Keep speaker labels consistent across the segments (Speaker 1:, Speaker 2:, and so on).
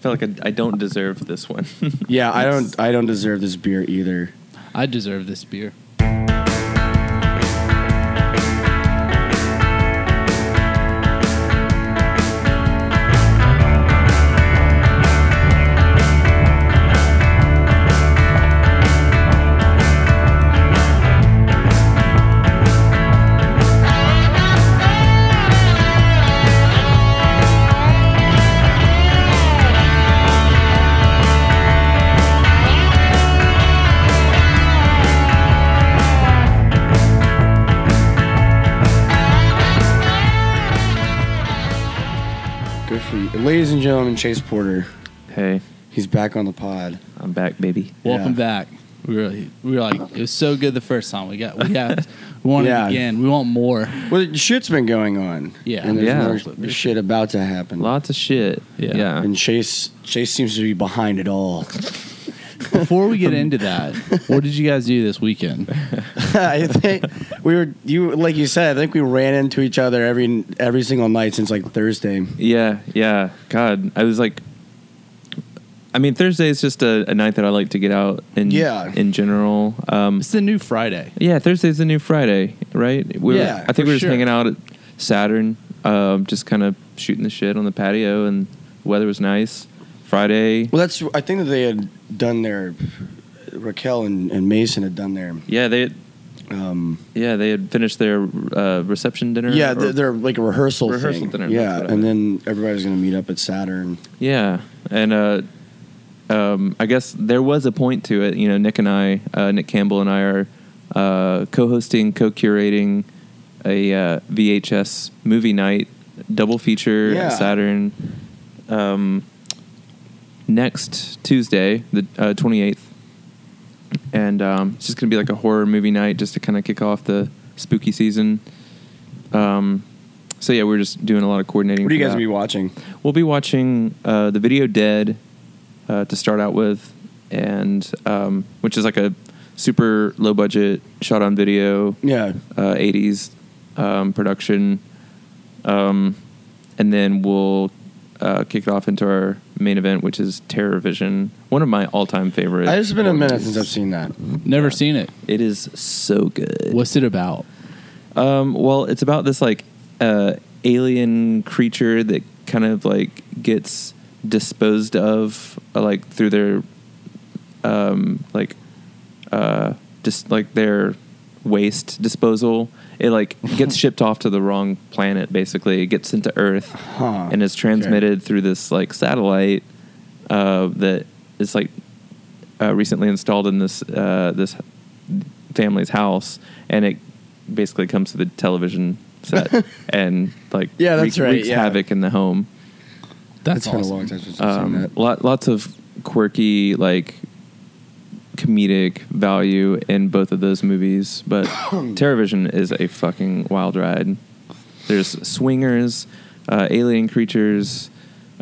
Speaker 1: feel like I, I don't deserve this one.
Speaker 2: Yeah, I don't. I don't deserve this beer either.
Speaker 3: I deserve this beer.
Speaker 2: Good for you, ladies and gentlemen. Chase Porter,
Speaker 1: hey,
Speaker 2: he's back on the pod.
Speaker 1: I'm back, baby.
Speaker 2: Yeah.
Speaker 3: Welcome back. We were, we were like, it was so good the first time. We got, we got, we want
Speaker 2: Yeah.
Speaker 3: it again. We want more.
Speaker 2: Well, shit's been going on.
Speaker 3: Yeah.
Speaker 2: and there's
Speaker 1: Yeah.
Speaker 2: more shit about to happen.
Speaker 1: Lots of shit.
Speaker 3: Yeah.
Speaker 2: And Chase, Chase seems to be behind it all.
Speaker 3: Before we get
Speaker 2: Um,
Speaker 3: into that, what did you guys do this weekend?
Speaker 2: I think we were you like you said. I think we ran into each other every every single night since like Thursday.
Speaker 1: Yeah, yeah. God, I was like, I mean, Thursday is just a, a night that I like to get out in.
Speaker 2: Yeah.
Speaker 1: In general, um,
Speaker 3: It's the new Friday.
Speaker 1: yeah. Thursday's the new Friday, right? We were-
Speaker 2: Yeah,
Speaker 1: I think
Speaker 3: for
Speaker 1: we were just
Speaker 3: sure.
Speaker 1: hanging out at Saturn, um, just kind of shooting the shit on the patio, and the weather was nice. Friday,
Speaker 2: Well, that's I think that they had done their Raquel and, and Mason had done their
Speaker 1: yeah, they
Speaker 2: um,
Speaker 1: yeah they had finished their uh, reception dinner.
Speaker 2: yeah
Speaker 1: or-
Speaker 2: their, their like a rehearsal
Speaker 1: Rehearsal
Speaker 2: thing.
Speaker 1: dinner,
Speaker 2: yeah,
Speaker 1: that's what I
Speaker 2: and then everybody's gonna meet up at Saturn.
Speaker 1: Yeah, and uh, um, I guess there was a point to it. You know, Nick and I, uh, Nick Campbell and I, are uh, co-hosting, co-curating a uh, VHS movie night double feature
Speaker 2: Yeah.
Speaker 1: at Saturn um, next Tuesday, the twenty eighth, and um, it's just gonna be like a horror movie night, just to kind of kick off the spooky season. Um, so yeah, we're just doing a lot of coordinating.
Speaker 2: What are you
Speaker 1: for
Speaker 2: guys
Speaker 1: that.
Speaker 2: gonna be watching?
Speaker 1: We'll be watching uh, the video Dead uh, to start out with, and um, which is like a super low budget shot on video
Speaker 2: Yeah,
Speaker 1: uh, 80s um, production. Um, and then we'll uh, kick it off into our main event, which is Terror Vision, one of my all time favorite.
Speaker 2: it's been a minute
Speaker 1: movies.
Speaker 2: since I've seen that.
Speaker 3: Never seen it.
Speaker 1: It is so good.
Speaker 3: What's it about?
Speaker 1: Um, well, it's about this like uh, alien creature that kind of like gets disposed of uh, like through their um, like uh, just like their waste disposal. It like gets shipped off to the wrong planet. Basically, it gets into Earth
Speaker 2: Huh.
Speaker 1: and is transmitted through this like satellite uh, that is like uh, recently installed in this uh, this family's house, and it basically comes to the television set and like
Speaker 2: Yeah, that's right,
Speaker 1: wreaks
Speaker 2: yeah.
Speaker 1: havoc in the home.
Speaker 3: That's
Speaker 2: it's
Speaker 3: awesome.
Speaker 2: been a long time since I've seen
Speaker 1: Um,
Speaker 2: that.
Speaker 1: lot, lots of quirky like comedic value in both of those movies, but Terrorvision is a fucking wild ride. There's swingers, uh, alien creatures,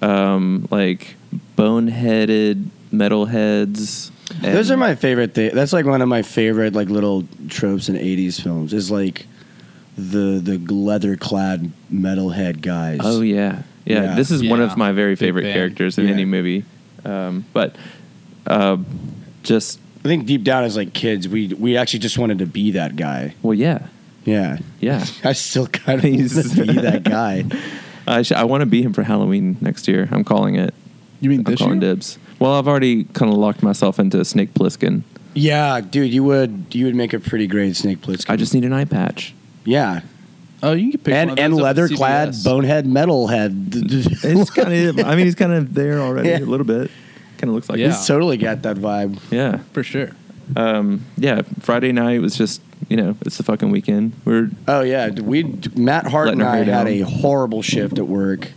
Speaker 1: um, like boneheaded metalheads. and-
Speaker 2: Those are my favorite thing. That's like one of my favorite like little tropes in '80s films. Is like the the leather clad metalhead guys.
Speaker 1: Oh yeah, yeah.
Speaker 2: Yeah.
Speaker 1: This is one
Speaker 3: Yeah.
Speaker 1: of my very
Speaker 3: Big
Speaker 1: favorite
Speaker 3: fan.
Speaker 1: characters in
Speaker 2: Yeah.
Speaker 1: any movie. Um, but uh, just
Speaker 2: I think deep down as like kids, we we actually just wanted to be that guy.
Speaker 1: well, yeah,
Speaker 2: Yeah,
Speaker 1: yeah.
Speaker 2: I still kind of used to be that guy.
Speaker 1: I sh- I want to be him for Halloween next year. I'm calling it.
Speaker 3: You mean
Speaker 1: I'm
Speaker 3: this
Speaker 1: calling
Speaker 3: year?
Speaker 1: dibs. Well, I've already kind of locked myself into Snake Plissken.
Speaker 2: Yeah, dude, you would you would make a pretty great Snake Plissken.
Speaker 1: I just need an eye patch.
Speaker 2: yeah,
Speaker 3: Oh, you can pick one of
Speaker 2: and
Speaker 3: those
Speaker 2: and
Speaker 3: up at
Speaker 2: leather clad
Speaker 3: CVS.
Speaker 2: bonehead metalhead.
Speaker 1: It's kind of. I mean, he's kind of there already
Speaker 2: Yeah.
Speaker 1: a little bit. Kind of looks like. it.
Speaker 3: Yeah.
Speaker 2: He's totally got that vibe.
Speaker 1: Yeah.
Speaker 3: for sure.
Speaker 1: Um, yeah. Friday night was just you know it's the fucking weekend. We're
Speaker 2: Oh yeah, we Matt Hart
Speaker 1: Letting
Speaker 2: and
Speaker 1: her
Speaker 2: I
Speaker 1: hair
Speaker 2: had
Speaker 1: down.
Speaker 2: a horrible shift at work.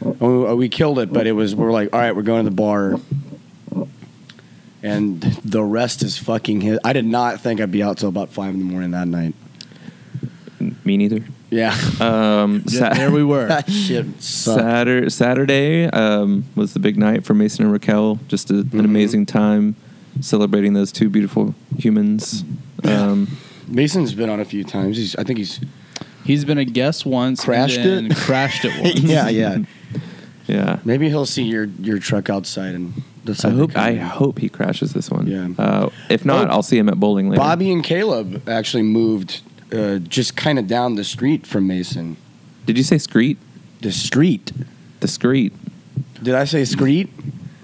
Speaker 2: We, uh, we killed it, but it was we were like, all right, we're going to the bar, and the rest is fucking. His. I did not think I'd be out till about five in the morning that night.
Speaker 1: me neither.
Speaker 2: Yeah,
Speaker 1: Um,
Speaker 3: Yeah,
Speaker 1: Sa-
Speaker 3: there we were.
Speaker 2: that shit sucked.
Speaker 1: Saturday, Saturday um, was the big night for Mason and Raquel. Just a,
Speaker 2: Mm-hmm.
Speaker 1: an amazing time celebrating those two beautiful humans. Um,
Speaker 2: Mason's been on a few times. He's, I think he's
Speaker 3: He's been a guest once,
Speaker 2: Crashed
Speaker 3: and then
Speaker 2: it?
Speaker 3: crashed it once.
Speaker 2: yeah yeah.
Speaker 1: Yeah.
Speaker 2: Maybe he'll see your your truck outside and
Speaker 1: I
Speaker 2: decide. to
Speaker 1: hope
Speaker 2: come
Speaker 1: I
Speaker 2: in.
Speaker 1: hope he crashes this one.
Speaker 2: Yeah.
Speaker 1: Uh, if not,
Speaker 2: Oh,
Speaker 1: I'll see him at bowling later.
Speaker 2: Bobby and Caleb actually moved uh, just kind of down the street from Mason.
Speaker 1: Did you say screet?
Speaker 2: The street.
Speaker 1: Discreet.
Speaker 2: Did I say screet?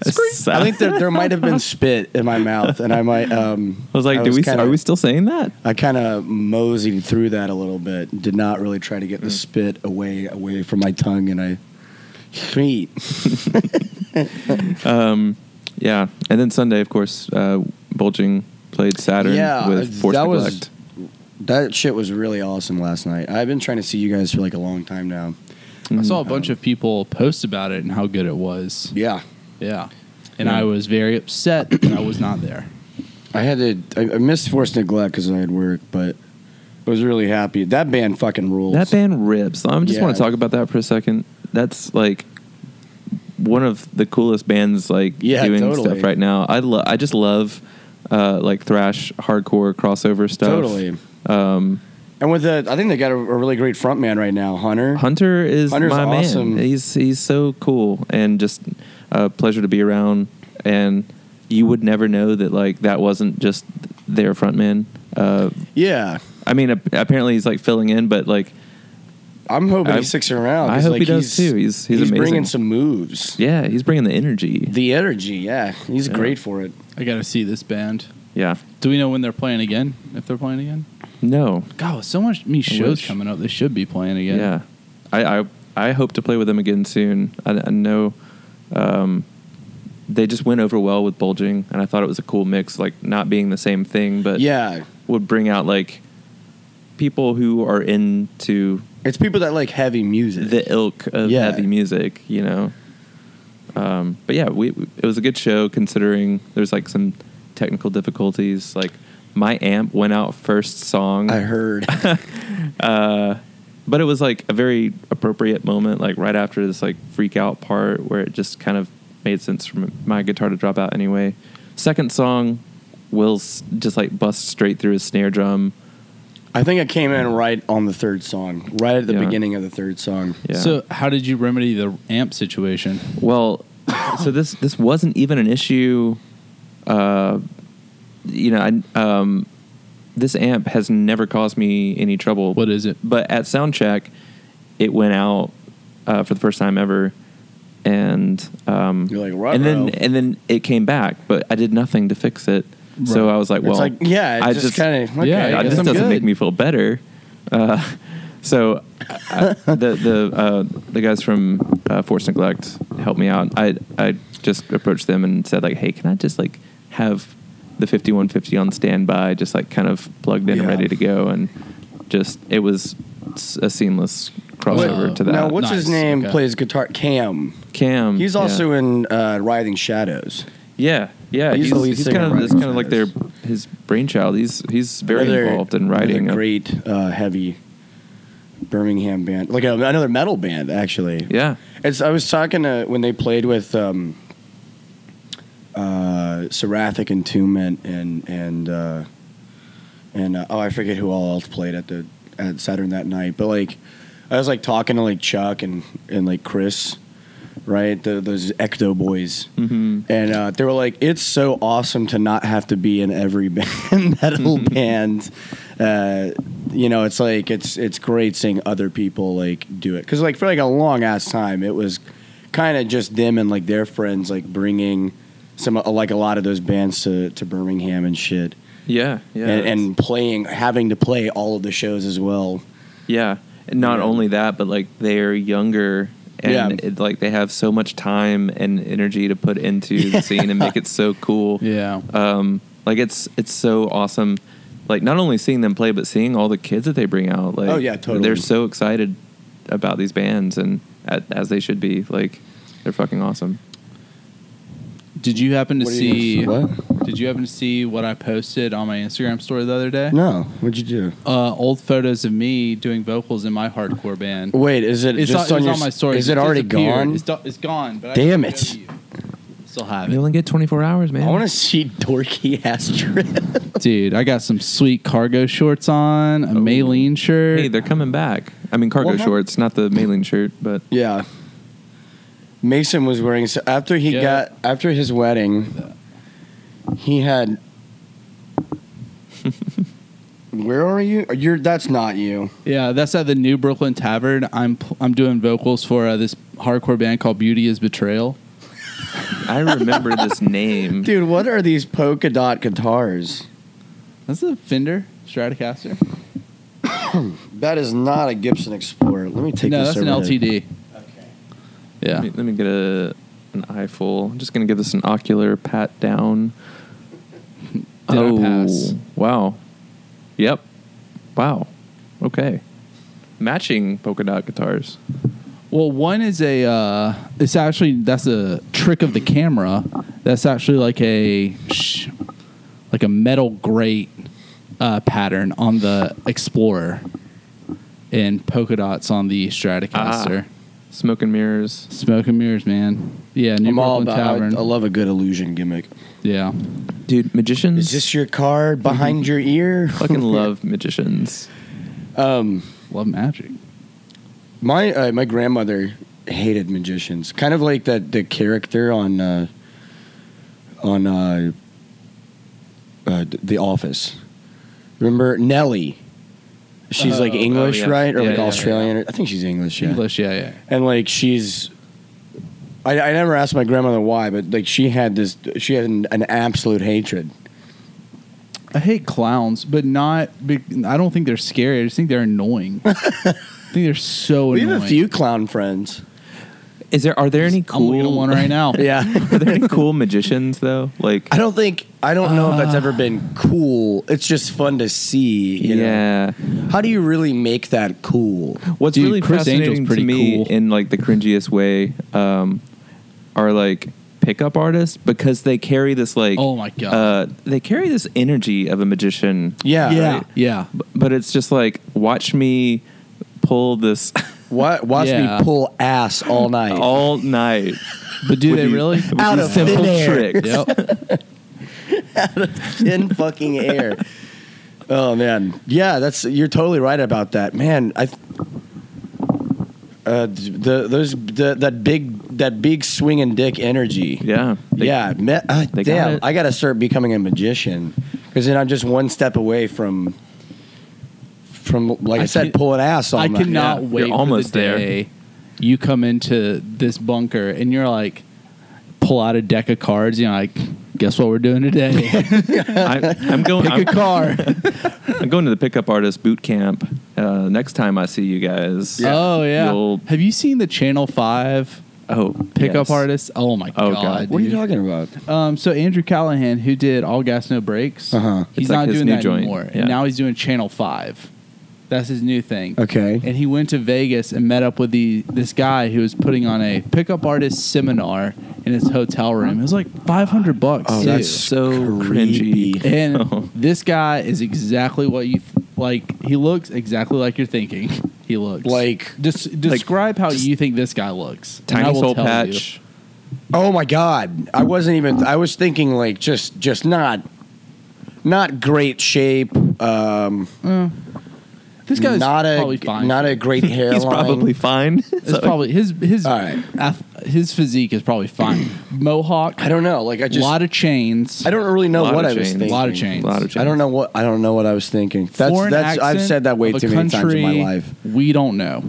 Speaker 1: Screet.
Speaker 2: I think there, there might have been spit in my mouth, and I might. Um,
Speaker 1: I was like, do we?
Speaker 2: kinda-
Speaker 1: are we still saying that?
Speaker 2: I kind of moseyed through that a little bit. Did not really try to get
Speaker 1: Mm.
Speaker 2: the spit away away from my tongue, and I street.
Speaker 1: Yeah. And then Sunday, of course, uh, Bulging played Saturn
Speaker 2: Yeah,
Speaker 1: with Force
Speaker 2: that was-
Speaker 1: Neglect.
Speaker 2: That shit was really awesome last night. I've been trying to see you guys for like a long time now.
Speaker 3: I saw a bunch of people post about it and how good it was.
Speaker 2: Yeah,
Speaker 3: Yeah. And
Speaker 1: Yeah.
Speaker 3: I was very upset that I was not there.
Speaker 2: I had to. I, I missed Force Neglect because I had work, but I was really happy. That band fucking rules.
Speaker 1: That band rips. I just
Speaker 2: Yeah.
Speaker 1: want to talk about that for a second. That's like one of the coolest bands like
Speaker 2: Yeah,
Speaker 1: doing
Speaker 2: totally.
Speaker 1: stuff right now. I lo- I just love uh, like thrash hardcore crossover stuff.
Speaker 2: totally.
Speaker 1: Um,
Speaker 2: And with the, I think they got a, a really great front man right now, Hunter.
Speaker 1: Hunter is
Speaker 2: Hunter's
Speaker 1: my
Speaker 2: awesome.
Speaker 1: man. He's he's so cool and just a pleasure to be around. And you would never know that like that wasn't just their frontman. Uh,
Speaker 2: Yeah,
Speaker 1: I mean, ap- apparently he's like filling in, but like
Speaker 2: I'm hoping
Speaker 1: I-
Speaker 2: he sticks around.
Speaker 1: I
Speaker 2: 'cause,
Speaker 1: hope
Speaker 2: like,
Speaker 1: he does too. He's- he's amazing.
Speaker 2: bringing some moves.
Speaker 1: yeah, he's bringing the energy.
Speaker 2: The energy, yeah, he's
Speaker 1: Yeah.
Speaker 2: great for it.
Speaker 3: I got to see this band.
Speaker 1: yeah.
Speaker 3: Do we know when they're playing again? If they're playing again?
Speaker 1: No.
Speaker 3: God, with so much me shows
Speaker 1: wish.
Speaker 3: coming up. They should be playing
Speaker 1: Yeah.
Speaker 3: again.
Speaker 1: I, I I hope to play with them again soon. I, I know um, they just went over well with bulging, and I thought it was a cool mix, like not being the same thing, but
Speaker 2: yeah,
Speaker 1: would bring out like people who are into
Speaker 2: it's people that like heavy music.
Speaker 1: the ilk of
Speaker 2: Yeah.
Speaker 1: heavy music, you know. Um, but yeah, we it was a good show considering there's like some technical difficulties. Like my amp went out first song,
Speaker 2: I heard.
Speaker 1: but it was like a very appropriate moment, like right after this like freak out part where it just kind of made sense for m- my guitar to drop out anyway. Second song, Will's just like busts straight through his snare drum.
Speaker 2: I think I came in right on the third song, right at the
Speaker 1: Yeah.
Speaker 2: beginning of the third song.
Speaker 1: Yeah.
Speaker 3: So, how did you remedy the amp situation?
Speaker 1: Well, so this this wasn't even an issue. Uh, you know, I, um, this amp has never caused me any trouble.
Speaker 3: What is it?
Speaker 1: But at sound check, it went out uh, for the first time ever, and um,
Speaker 2: You're like, "Ruh-roh."
Speaker 1: and then and then it came back, but I did nothing to fix it. So
Speaker 3: Right.
Speaker 1: I was like,
Speaker 2: It's
Speaker 1: well,
Speaker 2: like, yeah, it
Speaker 1: I
Speaker 2: just kinda- okay,
Speaker 1: yeah,
Speaker 2: I
Speaker 1: it
Speaker 2: guess
Speaker 1: just
Speaker 2: I'm
Speaker 1: doesn't
Speaker 2: good.
Speaker 1: make me feel better. Uh, so I, the the uh, the guys from uh, Force Neglect helped me out. I I just approached them and said like, hey, can I just like have the 5150 on standby, just like kind of plugged in and
Speaker 2: Yeah.
Speaker 1: ready to go, and just it was s- a seamless crossover
Speaker 3: Wait,
Speaker 1: to that.
Speaker 2: Now, what's his
Speaker 3: Nice,
Speaker 2: name
Speaker 3: okay.
Speaker 2: plays guitar? Cam.
Speaker 1: Cam?
Speaker 2: He's
Speaker 1: yeah.
Speaker 2: also in uh, Writhing Shadows.
Speaker 1: yeah yeah.
Speaker 2: he's
Speaker 1: He's,
Speaker 2: the lead
Speaker 1: he's
Speaker 2: singer
Speaker 1: kind
Speaker 2: of
Speaker 1: of that's
Speaker 2: Riding
Speaker 1: kind of like their his brainchild. He's he's very
Speaker 2: Another-
Speaker 1: involved in
Speaker 2: another
Speaker 1: writing. a-
Speaker 2: great uh, heavy Birmingham band, like a, another metal band actually.
Speaker 1: yeah.
Speaker 2: It's, I was talking to when they played with um, uh, Seraphic Entombment and and uh, and uh, oh, I forget who all else played at the at Saturn that night. But like, I was like talking to like Chuck and and like Chris, right? The, those Ecto boys,
Speaker 1: hmm
Speaker 2: and uh, they were like, "It's so awesome to not have to be in every band, metal band." Uh, you know, it's like it's it's great seeing other people like do it because like for like a long ass time, it was kind of just them and like their friends like bringing some uh, like a lot of those bands to to Birmingham and shit,
Speaker 1: Yeah, yeah,
Speaker 2: and,
Speaker 1: that's-
Speaker 2: and playing having to play all of the shows as well.
Speaker 1: Yeah, and not
Speaker 2: Yeah.
Speaker 1: only that, but like they're younger and
Speaker 2: Yeah.
Speaker 1: it, like they have so much time and energy to put into the scene and make it so cool.
Speaker 3: Yeah.
Speaker 1: Um, like it's it's so awesome. Like not only seeing them play, but seeing all the kids that they bring out. Like
Speaker 2: Oh, yeah, totally.
Speaker 1: They're so excited about these bands and at, as they should be. Like they're fucking awesome.
Speaker 3: Did you happen to
Speaker 2: What do you-
Speaker 3: see?
Speaker 2: what?
Speaker 3: Did you happen to see what I posted on my Instagram story the other day?
Speaker 2: No, what'd you do?
Speaker 3: Uh, old photos of me doing vocals in my hardcore band.
Speaker 2: Wait, is it just
Speaker 3: it
Speaker 2: on
Speaker 3: was
Speaker 2: your?
Speaker 3: my story.
Speaker 2: Is it already
Speaker 3: disappeared.
Speaker 2: gone?
Speaker 3: It's, do- it's gone. But
Speaker 2: Damn
Speaker 3: I can
Speaker 2: it.
Speaker 3: show you. Still have
Speaker 1: You
Speaker 3: it,
Speaker 1: only get twenty four hours, man.
Speaker 2: I want to see dorky ass trip.
Speaker 3: dude. I got some sweet cargo shorts on, a
Speaker 1: Ooh.
Speaker 3: Maylene shirt.
Speaker 1: Hey, they're coming back. I mean, cargo
Speaker 2: What hap-
Speaker 1: shorts, not the mailing shirt, but
Speaker 2: Yeah. Mason was wearing so after he
Speaker 3: Yeah.
Speaker 2: got after his wedding, he had. Where are you? You're that's not you.
Speaker 3: Yeah, that's at the New Brooklyn Tavern. I'm pl- I'm doing vocals for uh, this hardcore band called Beauty Is Betrayal.
Speaker 1: I remember this name.
Speaker 2: Dude, what are these polka dot guitars?
Speaker 3: That's a Fender Stratocaster.
Speaker 2: That is not a Gibson Explorer. Let me take
Speaker 3: no,
Speaker 2: this
Speaker 3: that's an
Speaker 2: over to-
Speaker 3: LTD.
Speaker 1: Let,
Speaker 3: Yeah.
Speaker 1: me, let me get a an eyeful. I'm just gonna give this an ocular pat down.
Speaker 3: Did I pass?
Speaker 1: Oh, wow. Yep. Wow. Okay. Matching polka dot guitars.
Speaker 3: Well, one is a. Uh, it's actually that's a trick of the camera. That's actually like a, sh- like a metal grate uh, pattern on the Explorer, and polka dots on the Stratocaster.
Speaker 2: Ah.
Speaker 1: Smoke and mirrors.
Speaker 3: Smoke and mirrors, man. Yeah, New
Speaker 2: I'm all
Speaker 3: Brooklyn
Speaker 2: about, I,
Speaker 3: Tavern.
Speaker 2: I love a good illusion gimmick.
Speaker 3: yeah.
Speaker 1: Dude, magicians.
Speaker 2: Is this your card behind your ear?
Speaker 1: fucking love magicians.
Speaker 2: Um,
Speaker 3: Love magic.
Speaker 2: my uh, my grandmother hated magicians. Kind of like that the character on uh, on uh, uh, The Office. Remember Nellie? She's like
Speaker 1: Oh, oh,
Speaker 2: English,
Speaker 1: yeah.
Speaker 2: right, or
Speaker 1: Yeah,
Speaker 2: like
Speaker 1: yeah,
Speaker 2: Australian? I think she's English. Yeah.
Speaker 3: English, yeah, yeah.
Speaker 2: and like she's I, I never asked my grandmother why but like she had this she had an, an absolute hatred
Speaker 3: I hate clowns, but not. Be- I don't think they're scary. I just think they're annoying. I think they're so
Speaker 2: we
Speaker 3: annoying.
Speaker 2: have a few clown friends
Speaker 1: Is there are there any
Speaker 3: I'm looking at
Speaker 1: cool
Speaker 3: one right now.
Speaker 2: yeah
Speaker 1: Are there any cool magicians though? Like
Speaker 2: i don't think i don't know if that's ever been cool it's just fun to see you
Speaker 1: yeah.
Speaker 2: know how do you really make that cool
Speaker 1: What's
Speaker 3: Dude,
Speaker 1: really
Speaker 3: Chris Angel's
Speaker 1: fascinating to
Speaker 3: pretty
Speaker 1: me
Speaker 3: cool.
Speaker 1: in like the cringiest way um, are like pickup artists because they carry this like
Speaker 3: Oh my God.
Speaker 1: uh, they carry this energy of a magician
Speaker 2: yeah
Speaker 3: yeah,
Speaker 2: right?
Speaker 3: yeah.
Speaker 1: B- but it's just like watch me pull this
Speaker 2: Wa- watch
Speaker 3: Yeah.
Speaker 2: me pull ass all night
Speaker 1: all night
Speaker 3: But do
Speaker 1: with
Speaker 3: they
Speaker 1: these-
Speaker 3: really?
Speaker 1: with
Speaker 2: Out
Speaker 1: these
Speaker 2: of
Speaker 1: simple
Speaker 2: thin air.
Speaker 1: tricks
Speaker 3: yep.
Speaker 2: in fucking air. Oh man, yeah, that's you're totally right about that, man. I uh, the those the, that big that big swinging dick energy.
Speaker 1: yeah They-
Speaker 2: yeah, me, uh,
Speaker 1: they got
Speaker 2: damn,
Speaker 1: it.
Speaker 2: I gotta start becoming a magician because then I'm just one step away from from like I,
Speaker 3: I
Speaker 2: said,
Speaker 3: can-
Speaker 2: pulling ass all
Speaker 3: I
Speaker 2: night.
Speaker 3: cannot
Speaker 1: Yeah,
Speaker 3: wait.
Speaker 1: you're
Speaker 3: for
Speaker 1: almost
Speaker 3: the
Speaker 1: there.
Speaker 3: day You come into this bunker and you're like, pull out a deck of cards. You know, like, guess what we're doing today?
Speaker 1: I, i'm going
Speaker 3: Pick a
Speaker 1: I'm,
Speaker 3: card.
Speaker 1: I'm going to the pickup artist boot camp uh, next time i see you guys
Speaker 3: Oh yeah.
Speaker 1: You'll-
Speaker 3: Have you seen the Channel Five
Speaker 1: oh
Speaker 3: pickup
Speaker 1: yes.
Speaker 3: artists? Oh my
Speaker 1: Oh,
Speaker 3: god.
Speaker 1: God.
Speaker 2: What are you
Speaker 3: dude.
Speaker 2: talking about?
Speaker 3: Um, so Andrew Callahan, who did All Gas No Breaks,
Speaker 2: Uh-huh.
Speaker 1: It's
Speaker 3: he's
Speaker 1: like
Speaker 3: not
Speaker 1: his
Speaker 3: doing
Speaker 1: new
Speaker 3: that
Speaker 1: joint,
Speaker 3: anymore,
Speaker 1: yeah.
Speaker 3: and now he's doing Channel Five. That's his new thing.
Speaker 2: Okay.
Speaker 3: And he went to Vegas and met up with the this guy who was putting on a pickup artist seminar in his hotel room. It was like five hundred bucks.
Speaker 2: Oh,
Speaker 3: too.
Speaker 1: Dude,
Speaker 2: that's
Speaker 1: so
Speaker 2: creepy.
Speaker 1: cringy
Speaker 3: and
Speaker 1: Oh.
Speaker 3: this guy is exactly what you th- like. He looks exactly like you're thinking. He looks
Speaker 2: Like-
Speaker 3: Des- describe how
Speaker 1: just-
Speaker 3: you think this guy looks. and I
Speaker 1: tiny
Speaker 3: will
Speaker 1: soul
Speaker 3: tell you.
Speaker 1: patch
Speaker 2: Oh my god, I wasn't even. I was thinking like just just not not great shape. Um,
Speaker 3: This guy's
Speaker 2: not a
Speaker 3: probably fine.
Speaker 2: not a great hairline.
Speaker 1: He's probably fine.
Speaker 3: It's probably his his
Speaker 2: All right.
Speaker 3: ath- his physique is probably fine. Mohawk,
Speaker 2: I don't know. Like I
Speaker 3: a
Speaker 2: just
Speaker 3: lot of chains.
Speaker 2: I don't really know
Speaker 1: Lot
Speaker 2: what
Speaker 1: of
Speaker 2: I was
Speaker 1: change.
Speaker 2: thinking.
Speaker 3: Lot of change.
Speaker 1: a lot of change.
Speaker 2: I don't know what I don't know what I was thinking. That's
Speaker 3: Foreign
Speaker 2: that's I've
Speaker 3: accent
Speaker 2: said that way
Speaker 3: of a
Speaker 2: too many times in my
Speaker 3: country
Speaker 2: life.
Speaker 3: We don't know.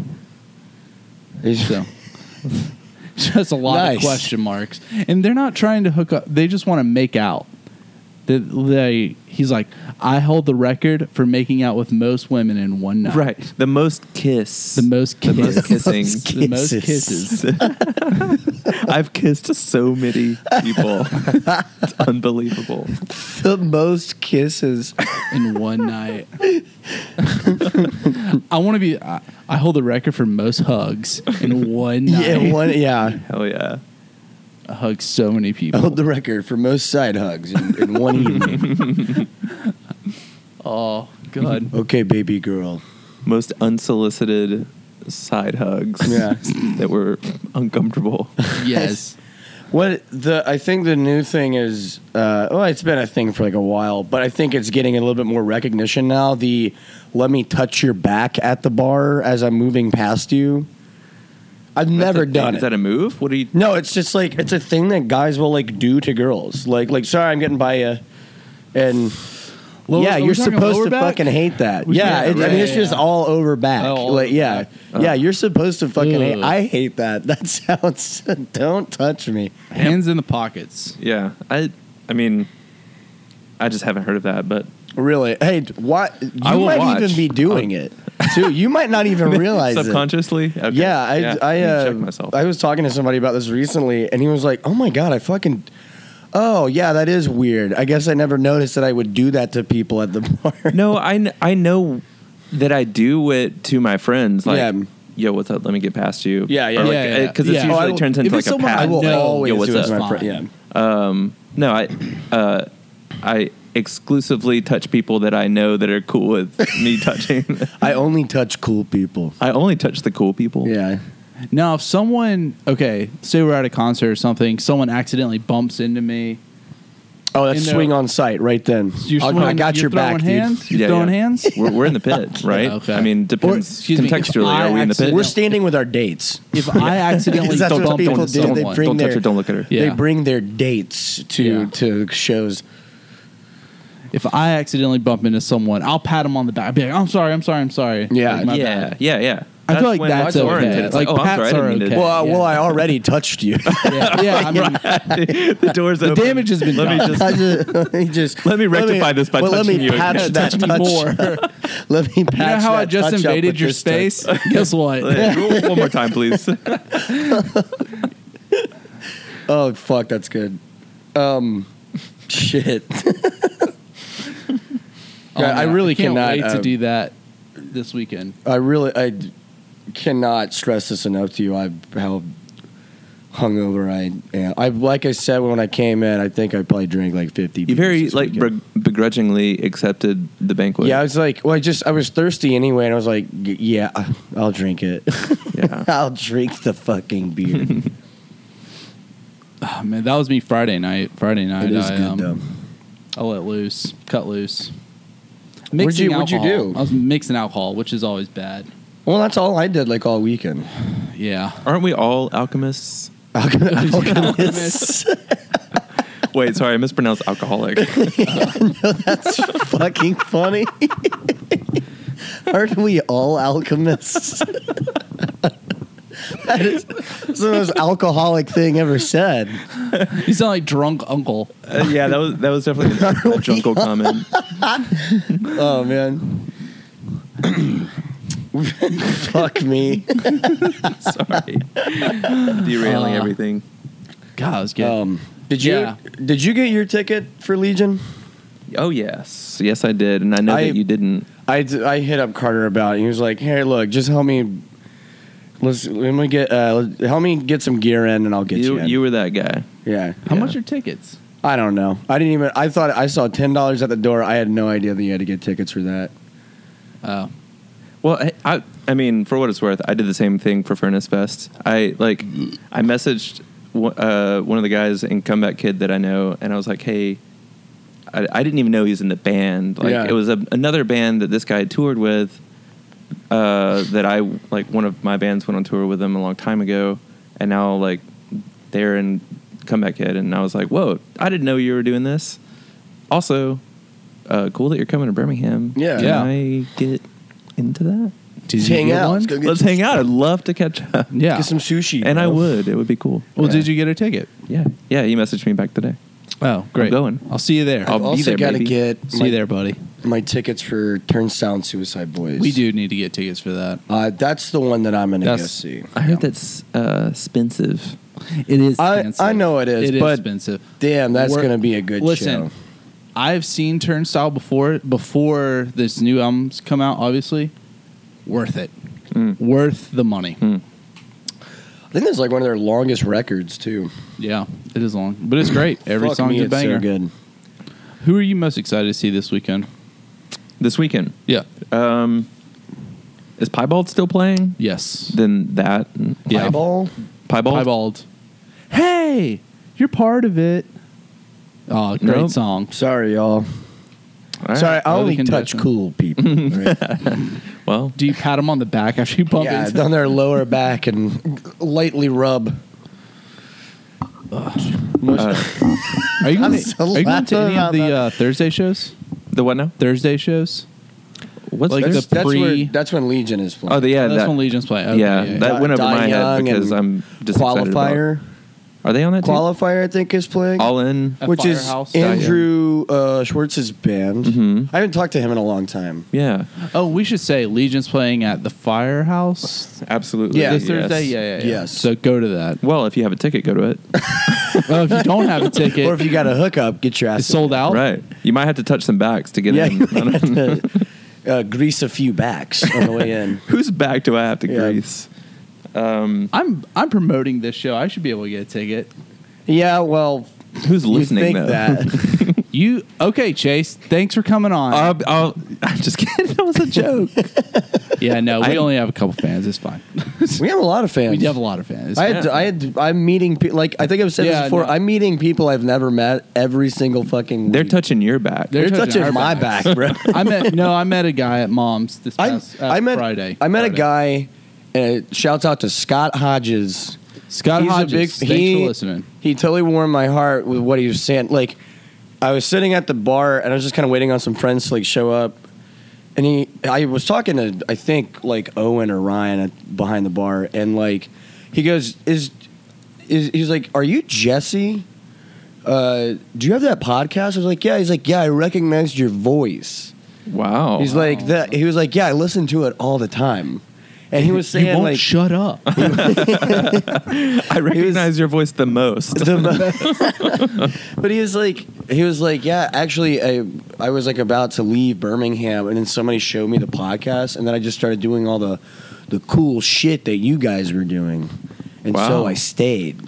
Speaker 2: It's-
Speaker 3: So just a lot
Speaker 2: Nice.
Speaker 3: of question marks, and they're not trying to hook up. They just want to make out. They, they he's like, I hold the record for making out with most women in one night.
Speaker 1: Right. The most kiss.
Speaker 3: The most
Speaker 1: The most
Speaker 3: kisses.
Speaker 1: kissing.
Speaker 3: The most kisses.
Speaker 1: I've kissed so many people. it's unbelievable.
Speaker 2: the most kisses.
Speaker 3: in one night. I want to be. I, I hold the record for most hugs in one night.
Speaker 2: yeah, one yeah.
Speaker 1: Hell yeah.
Speaker 3: I hug so many
Speaker 2: I
Speaker 3: people.
Speaker 2: hold the record for most side hugs in, in one evening.
Speaker 3: oh god.
Speaker 2: Okay, baby girl.
Speaker 1: Most unsolicited side hugs.
Speaker 2: Yeah.
Speaker 1: That were uncomfortable.
Speaker 3: yes.
Speaker 2: What the I think the new thing is uh well it's been a thing for like a while, but I think it's getting a little bit more recognition now. The let me touch your back at the bar as I'm moving past you. I've
Speaker 1: That's
Speaker 2: never
Speaker 1: a thing.
Speaker 2: done
Speaker 1: Is
Speaker 2: it.
Speaker 1: that a move? What do you?
Speaker 2: No, it's just like it's a thing that guys will like do to girls. Like like sorry, I'm getting by you, and
Speaker 3: Lower-
Speaker 2: yeah,
Speaker 3: are we
Speaker 2: you're
Speaker 3: talking
Speaker 2: supposed
Speaker 3: lower
Speaker 2: to
Speaker 3: back?
Speaker 2: fucking hate that.
Speaker 3: We-
Speaker 2: Yeah,
Speaker 3: yeah,
Speaker 2: it, I mean
Speaker 3: right,
Speaker 2: it's
Speaker 3: yeah,
Speaker 2: just
Speaker 3: yeah.
Speaker 2: all over back.
Speaker 3: Oh, all
Speaker 2: like
Speaker 3: over
Speaker 2: yeah,
Speaker 3: back.
Speaker 2: yeah, you're supposed to fucking hate.
Speaker 3: Ugh.
Speaker 2: I hate that. That sounds. don't touch me.
Speaker 3: Hands in the pockets.
Speaker 1: Yeah, I. I mean, I just haven't heard of that, but
Speaker 2: Really? Hey, what? You
Speaker 1: I will
Speaker 2: might
Speaker 1: watch.
Speaker 2: even be doing it too. You might not even realize it.
Speaker 1: subconsciously. Okay.
Speaker 2: Yeah, I I,
Speaker 1: need to
Speaker 2: uh,
Speaker 1: check myself.
Speaker 2: I was talking to somebody about this recently, and he was like, "Oh my god, I fucking." Oh yeah, that is weird. I guess I never noticed that I would do that to people at the bar.
Speaker 1: no, I, kn- I know that I do it to my friends. Like,
Speaker 2: Yeah.
Speaker 1: yo, what's up? Let me get past you.
Speaker 2: Yeah, yeah,
Speaker 1: Or like,
Speaker 3: yeah, yeah, yeah.
Speaker 1: Because
Speaker 3: Yeah.
Speaker 1: it
Speaker 3: Oh,
Speaker 1: usually
Speaker 2: I will-
Speaker 1: turns into
Speaker 3: if
Speaker 1: like
Speaker 3: it's
Speaker 1: a
Speaker 3: someone I
Speaker 1: pat.
Speaker 2: I will
Speaker 3: No.
Speaker 2: always
Speaker 1: Yo, what's
Speaker 2: do it
Speaker 1: up?
Speaker 2: to my friend.
Speaker 3: Fine.
Speaker 2: Yeah,
Speaker 1: No, I, uh, I exclusively touch people that I know that are cool with me touching.
Speaker 2: I only touch cool people.
Speaker 1: I only touch the cool people.
Speaker 2: Yeah,
Speaker 3: Now, if someone, okay, say we're at a concert or something, someone accidentally bumps into me.
Speaker 2: Oh, that's
Speaker 3: You know-
Speaker 2: swing on sight right then.
Speaker 3: You're
Speaker 2: I'll- I
Speaker 3: throwing-
Speaker 2: got
Speaker 3: you're
Speaker 2: your back,
Speaker 3: throwing hands?
Speaker 2: dude.
Speaker 3: You're
Speaker 1: Yeah,
Speaker 3: throwing
Speaker 1: yeah.
Speaker 3: hands?
Speaker 1: We're, we're in the pit, right?
Speaker 3: okay.
Speaker 1: I mean, depends
Speaker 3: excuse me, if
Speaker 1: contextually.
Speaker 3: I
Speaker 1: are we in the pit?
Speaker 3: accidentally-
Speaker 2: We're standing with our dates.
Speaker 3: If I accidentally
Speaker 2: Is that
Speaker 3: bump
Speaker 2: what
Speaker 3: into
Speaker 2: people
Speaker 3: someone,
Speaker 2: do? They bring
Speaker 1: don't touch
Speaker 2: their-
Speaker 1: her. Don't look at her.
Speaker 3: Yeah.
Speaker 2: They bring their dates to
Speaker 3: Yeah.
Speaker 2: to shows.
Speaker 3: if I accidentally bump into someone, I'll pat them on the back. I'll be like, I'm sorry, I'm sorry, I'm sorry.
Speaker 2: Yeah.
Speaker 3: Like, my
Speaker 1: yeah,
Speaker 3: bad.
Speaker 1: yeah, yeah.
Speaker 3: I feel like
Speaker 1: when
Speaker 3: that's
Speaker 1: it's warranted.
Speaker 3: okay.
Speaker 1: It's like,
Speaker 3: Like,
Speaker 1: oh, I'm sorry, I
Speaker 3: pats
Speaker 1: didn't
Speaker 3: are
Speaker 1: mean to-
Speaker 3: okay.
Speaker 2: Well, I-
Speaker 3: Yeah.
Speaker 2: well, I already touched you.
Speaker 3: Yeah, yeah, I mean,
Speaker 1: the door's
Speaker 3: The
Speaker 1: open.
Speaker 3: damage has been
Speaker 1: Let me
Speaker 3: done.
Speaker 1: just-
Speaker 2: I just, let me just
Speaker 1: Let me rectify this by touching
Speaker 2: let me
Speaker 1: you
Speaker 2: Patch
Speaker 1: again.
Speaker 2: that
Speaker 3: Touch me
Speaker 2: touch
Speaker 3: more.
Speaker 2: let me patch
Speaker 3: you know how
Speaker 2: that
Speaker 3: I just
Speaker 2: touch up
Speaker 3: invaded
Speaker 2: with
Speaker 3: your
Speaker 2: this touch.
Speaker 3: space? Guess what?
Speaker 1: One more time, please.
Speaker 2: Oh fuck, that's good. Um, shit.
Speaker 3: Oh,
Speaker 2: I
Speaker 3: man,
Speaker 2: really
Speaker 3: can't
Speaker 2: cannot,
Speaker 3: wait to
Speaker 2: uh,
Speaker 3: do that this weekend.
Speaker 2: I really I d- cannot stress this enough to you. I how hungover I am. I like I said when I came in, I think I probably drank like fifty.
Speaker 1: You
Speaker 2: beers
Speaker 1: very
Speaker 2: this
Speaker 1: like
Speaker 2: weekend.
Speaker 1: beg- begrudgingly accepted the banquet.
Speaker 2: yeah, I was like, well, I just I was thirsty anyway, and I was like, "Y- yeah, uh, I'll drink it.
Speaker 1: Yeah.
Speaker 2: I'll drink the fucking beer.
Speaker 3: Oh, man, that was me Friday night. Friday night,
Speaker 2: it is
Speaker 3: I,
Speaker 2: good
Speaker 3: um,
Speaker 2: though.
Speaker 3: I let loose, cut loose.
Speaker 2: What'd you-
Speaker 3: Mixing
Speaker 2: what'd you
Speaker 3: alcohol.
Speaker 2: do?
Speaker 3: I was mixing alcohol, which is always bad.
Speaker 2: Well, that's all I did like all weekend.
Speaker 3: Yeah.
Speaker 1: Aren't we all alchemists?
Speaker 2: Alchemists.
Speaker 1: Wait, sorry, I mispronounced alcoholic.
Speaker 2: that's fucking funny. Aren't we all alchemists? that is it's the most alcoholic thing ever said.
Speaker 3: You sound like drunk uncle.
Speaker 1: Uh, yeah, that was that was definitely a, a jungle comment.
Speaker 2: Oh man. Fuck me.
Speaker 1: Sorry, derailing
Speaker 3: Uh,
Speaker 1: everything.
Speaker 3: God, it was good.
Speaker 2: Um, did you
Speaker 3: Yeah.
Speaker 2: did you get your ticket for Legion?
Speaker 1: Oh yes, yes I did, and I know
Speaker 2: I-
Speaker 1: that you didn't.
Speaker 2: I, d- I hit up Carter about it. He was like, "Hey, look, just help me. Let's let me get uh, let- help me get some gear in, and I'll get you.
Speaker 1: You
Speaker 2: in."
Speaker 1: you were that guy.
Speaker 2: yeah.
Speaker 3: How
Speaker 1: yeah.
Speaker 3: much are tickets?
Speaker 2: I don't know. I didn't even. I thought I saw ten dollars at the door. I had no idea that you had to get tickets for that.
Speaker 3: Oh,
Speaker 1: Well, I, I I mean, for what it's worth, I did the same thing for Furnace Fest. I like I messaged one- uh, one of the guys in Comeback Kid that I know, and I was like, hey. I, I didn't even know he was in the band. Like
Speaker 2: Yeah.
Speaker 1: it was a, another band that this guy toured with. Uh, that I like one of my bands went on tour with them a long time ago, and now like they're in Comeback Kid, and I was like, whoa, I didn't know you were doing this. Also, uh, cool that you're coming to Birmingham.
Speaker 2: Yeah.
Speaker 1: Can
Speaker 3: Yeah.
Speaker 1: I get into that?
Speaker 3: did
Speaker 2: Let's
Speaker 3: you
Speaker 2: hang
Speaker 3: get
Speaker 2: out.
Speaker 3: one?
Speaker 2: Let's go get,
Speaker 1: Let's hang out. I'd love to catch up.
Speaker 3: Yeah.
Speaker 2: get some sushi.
Speaker 1: And I
Speaker 2: bro.
Speaker 1: would. It would be cool.
Speaker 3: well,
Speaker 1: yeah.
Speaker 3: did you get a ticket?
Speaker 2: Oh,
Speaker 1: Yeah. Yeah. You messaged me back today.
Speaker 3: Oh, great.
Speaker 1: going.
Speaker 3: I'll see you there.
Speaker 1: I'll
Speaker 2: I've
Speaker 1: be
Speaker 2: also
Speaker 1: there,
Speaker 2: gotta
Speaker 1: baby.
Speaker 2: get
Speaker 3: see
Speaker 2: my,
Speaker 3: you there, buddy.
Speaker 2: my tickets for Turnstile and Suicide Boys.
Speaker 3: We do need to get tickets for that.
Speaker 2: Uh, that's the one that I'm gonna go
Speaker 3: That's-
Speaker 2: see.
Speaker 1: I heard that's uh, expensive.
Speaker 3: It is.
Speaker 2: I-
Speaker 3: expensive.
Speaker 2: I know it is,
Speaker 3: It is
Speaker 2: but-
Speaker 3: expensive.
Speaker 2: Damn, that's
Speaker 3: We're-
Speaker 2: gonna be a good
Speaker 3: Listen,
Speaker 2: show.
Speaker 3: I've seen Turnstile before. Before this new album's come out, obviously, worth it.
Speaker 2: Hmm.
Speaker 1: Mm.
Speaker 3: Worth the money.
Speaker 2: I think that's like one of their longest records too.
Speaker 3: Yeah, it is long, but it's great. Every
Speaker 2: Fuck
Speaker 3: song's
Speaker 2: me,
Speaker 3: a
Speaker 2: it's so
Speaker 3: banger.
Speaker 2: good.
Speaker 3: Who are you most excited to see this weekend?
Speaker 1: This weekend.
Speaker 3: Yeah.
Speaker 1: Um, is Piebald still playing?
Speaker 3: Yes.
Speaker 1: Then that. and-
Speaker 3: Yeah.
Speaker 2: Eyeball?
Speaker 1: Piebald?
Speaker 3: Piebald. Hey, you're part of it. Oh, great
Speaker 1: Nope.
Speaker 3: song.
Speaker 2: Sorry, y'all.
Speaker 1: All right.
Speaker 2: Sorry, I
Speaker 3: Well, we
Speaker 2: only
Speaker 3: can do
Speaker 2: touch
Speaker 3: it then.
Speaker 2: cool people. All right.
Speaker 1: Well,
Speaker 3: Do you pat them on the back after you bump
Speaker 2: yeah,
Speaker 3: into
Speaker 2: down their lower back and lightly rub. Most-
Speaker 3: Are you
Speaker 2: I'm
Speaker 3: going
Speaker 2: so
Speaker 3: to, are you going to any
Speaker 2: laughing
Speaker 3: of the
Speaker 2: about
Speaker 3: uh, Thursday shows?
Speaker 1: the what now?
Speaker 3: Thursday shows?
Speaker 1: What's
Speaker 3: Like
Speaker 1: this?
Speaker 2: that's,
Speaker 3: the
Speaker 2: that's
Speaker 3: pre-
Speaker 2: where, that's when Legion is playing.
Speaker 1: Oh, the, yeah,
Speaker 3: That's
Speaker 1: that,
Speaker 3: when Legion's play. Okay,
Speaker 1: yeah, that
Speaker 2: Di-
Speaker 1: went over
Speaker 2: Di
Speaker 1: my head
Speaker 2: Young
Speaker 1: because
Speaker 2: and
Speaker 1: I'm just excited about-
Speaker 2: qualifier.
Speaker 1: Are they on that? too?
Speaker 2: Qualifier, I think, is playing.
Speaker 1: All in.
Speaker 3: At
Speaker 2: which is
Speaker 3: Firehouse.
Speaker 2: Andrew uh, Schwartz's band.
Speaker 1: Mhm.
Speaker 2: I haven't talked to him in a long time.
Speaker 1: Yeah,
Speaker 3: Oh, we should say Legion's playing at the Firehouse
Speaker 1: absolutely.
Speaker 2: Yeah.
Speaker 1: yes.
Speaker 3: this Thursday. Yeah, yeah, yeah.
Speaker 2: Yes.
Speaker 3: So go to that.
Speaker 1: Well, if you have a ticket, go to it.
Speaker 3: well, if you don't have a ticket,
Speaker 2: Or if you got a hookup, get your ass.
Speaker 3: it's sold out.
Speaker 1: Right. You might have to touch some backs to get
Speaker 2: Yeah,
Speaker 1: in.
Speaker 2: you might have to, uh, grease a few backs on the way in.
Speaker 1: Whose back do I have to
Speaker 2: Yeah.
Speaker 1: grease?
Speaker 3: I'm I'm promoting this show. I should be able to get a ticket.
Speaker 2: Yeah, well,
Speaker 1: Who's listening
Speaker 2: you think
Speaker 1: though?
Speaker 2: that.
Speaker 3: You okay, Chase? Thanks for coming on.
Speaker 1: Uh, I'll- I'm just kidding. That was a joke.
Speaker 3: yeah, no, we
Speaker 1: I-
Speaker 3: only have a couple fans. It's fine.
Speaker 2: we have a lot of fans.
Speaker 3: we do have a lot of fans.
Speaker 2: I had,
Speaker 1: Yeah.
Speaker 2: I had, I'm meeting, pe- like, I think I've said
Speaker 3: Yeah,
Speaker 2: this before.
Speaker 3: no.
Speaker 2: I'm meeting people I've never met every single fucking
Speaker 1: They're
Speaker 2: week.
Speaker 1: touching your back.
Speaker 3: They're
Speaker 2: They're touching,
Speaker 3: touching our
Speaker 2: my
Speaker 3: backs.
Speaker 2: back, bro.
Speaker 3: I met no, I met a guy at Mom's this
Speaker 2: I,
Speaker 3: past uh,
Speaker 2: I met,
Speaker 3: Friday.
Speaker 2: I met
Speaker 3: Friday.
Speaker 2: a guy, and shouts out to Scott Hodges.
Speaker 3: Scott
Speaker 2: He's a
Speaker 3: Hodges.
Speaker 2: big-
Speaker 3: thanks
Speaker 2: he-
Speaker 3: for listening.
Speaker 2: he totally warmed my heart with what he was saying. Like, I was sitting at the bar and I was just kind of waiting on some friends to like show up. And he, I was talking to, I think like Owen or Ryan at, behind the bar, and like, he goes, "Is, is he's like, are you Jesse? Uh, do you have that podcast?" I was like, "Yeah." He's like, "Yeah, I recognized your voice."
Speaker 1: Wow.
Speaker 3: Oh.
Speaker 2: he's like, "That." He was like, "Yeah, I listen to it all the time," and he was
Speaker 3: you
Speaker 2: saying
Speaker 3: won't
Speaker 2: like,
Speaker 3: shut up.
Speaker 1: I recognize your voice the most.
Speaker 2: The mo- but he was like, he was like, yeah, actually, I I was like about to leave Birmingham, and then somebody showed me the podcast, and then I just started doing all the the cool shit that you guys were doing, and so
Speaker 1: Wow.
Speaker 2: I stayed.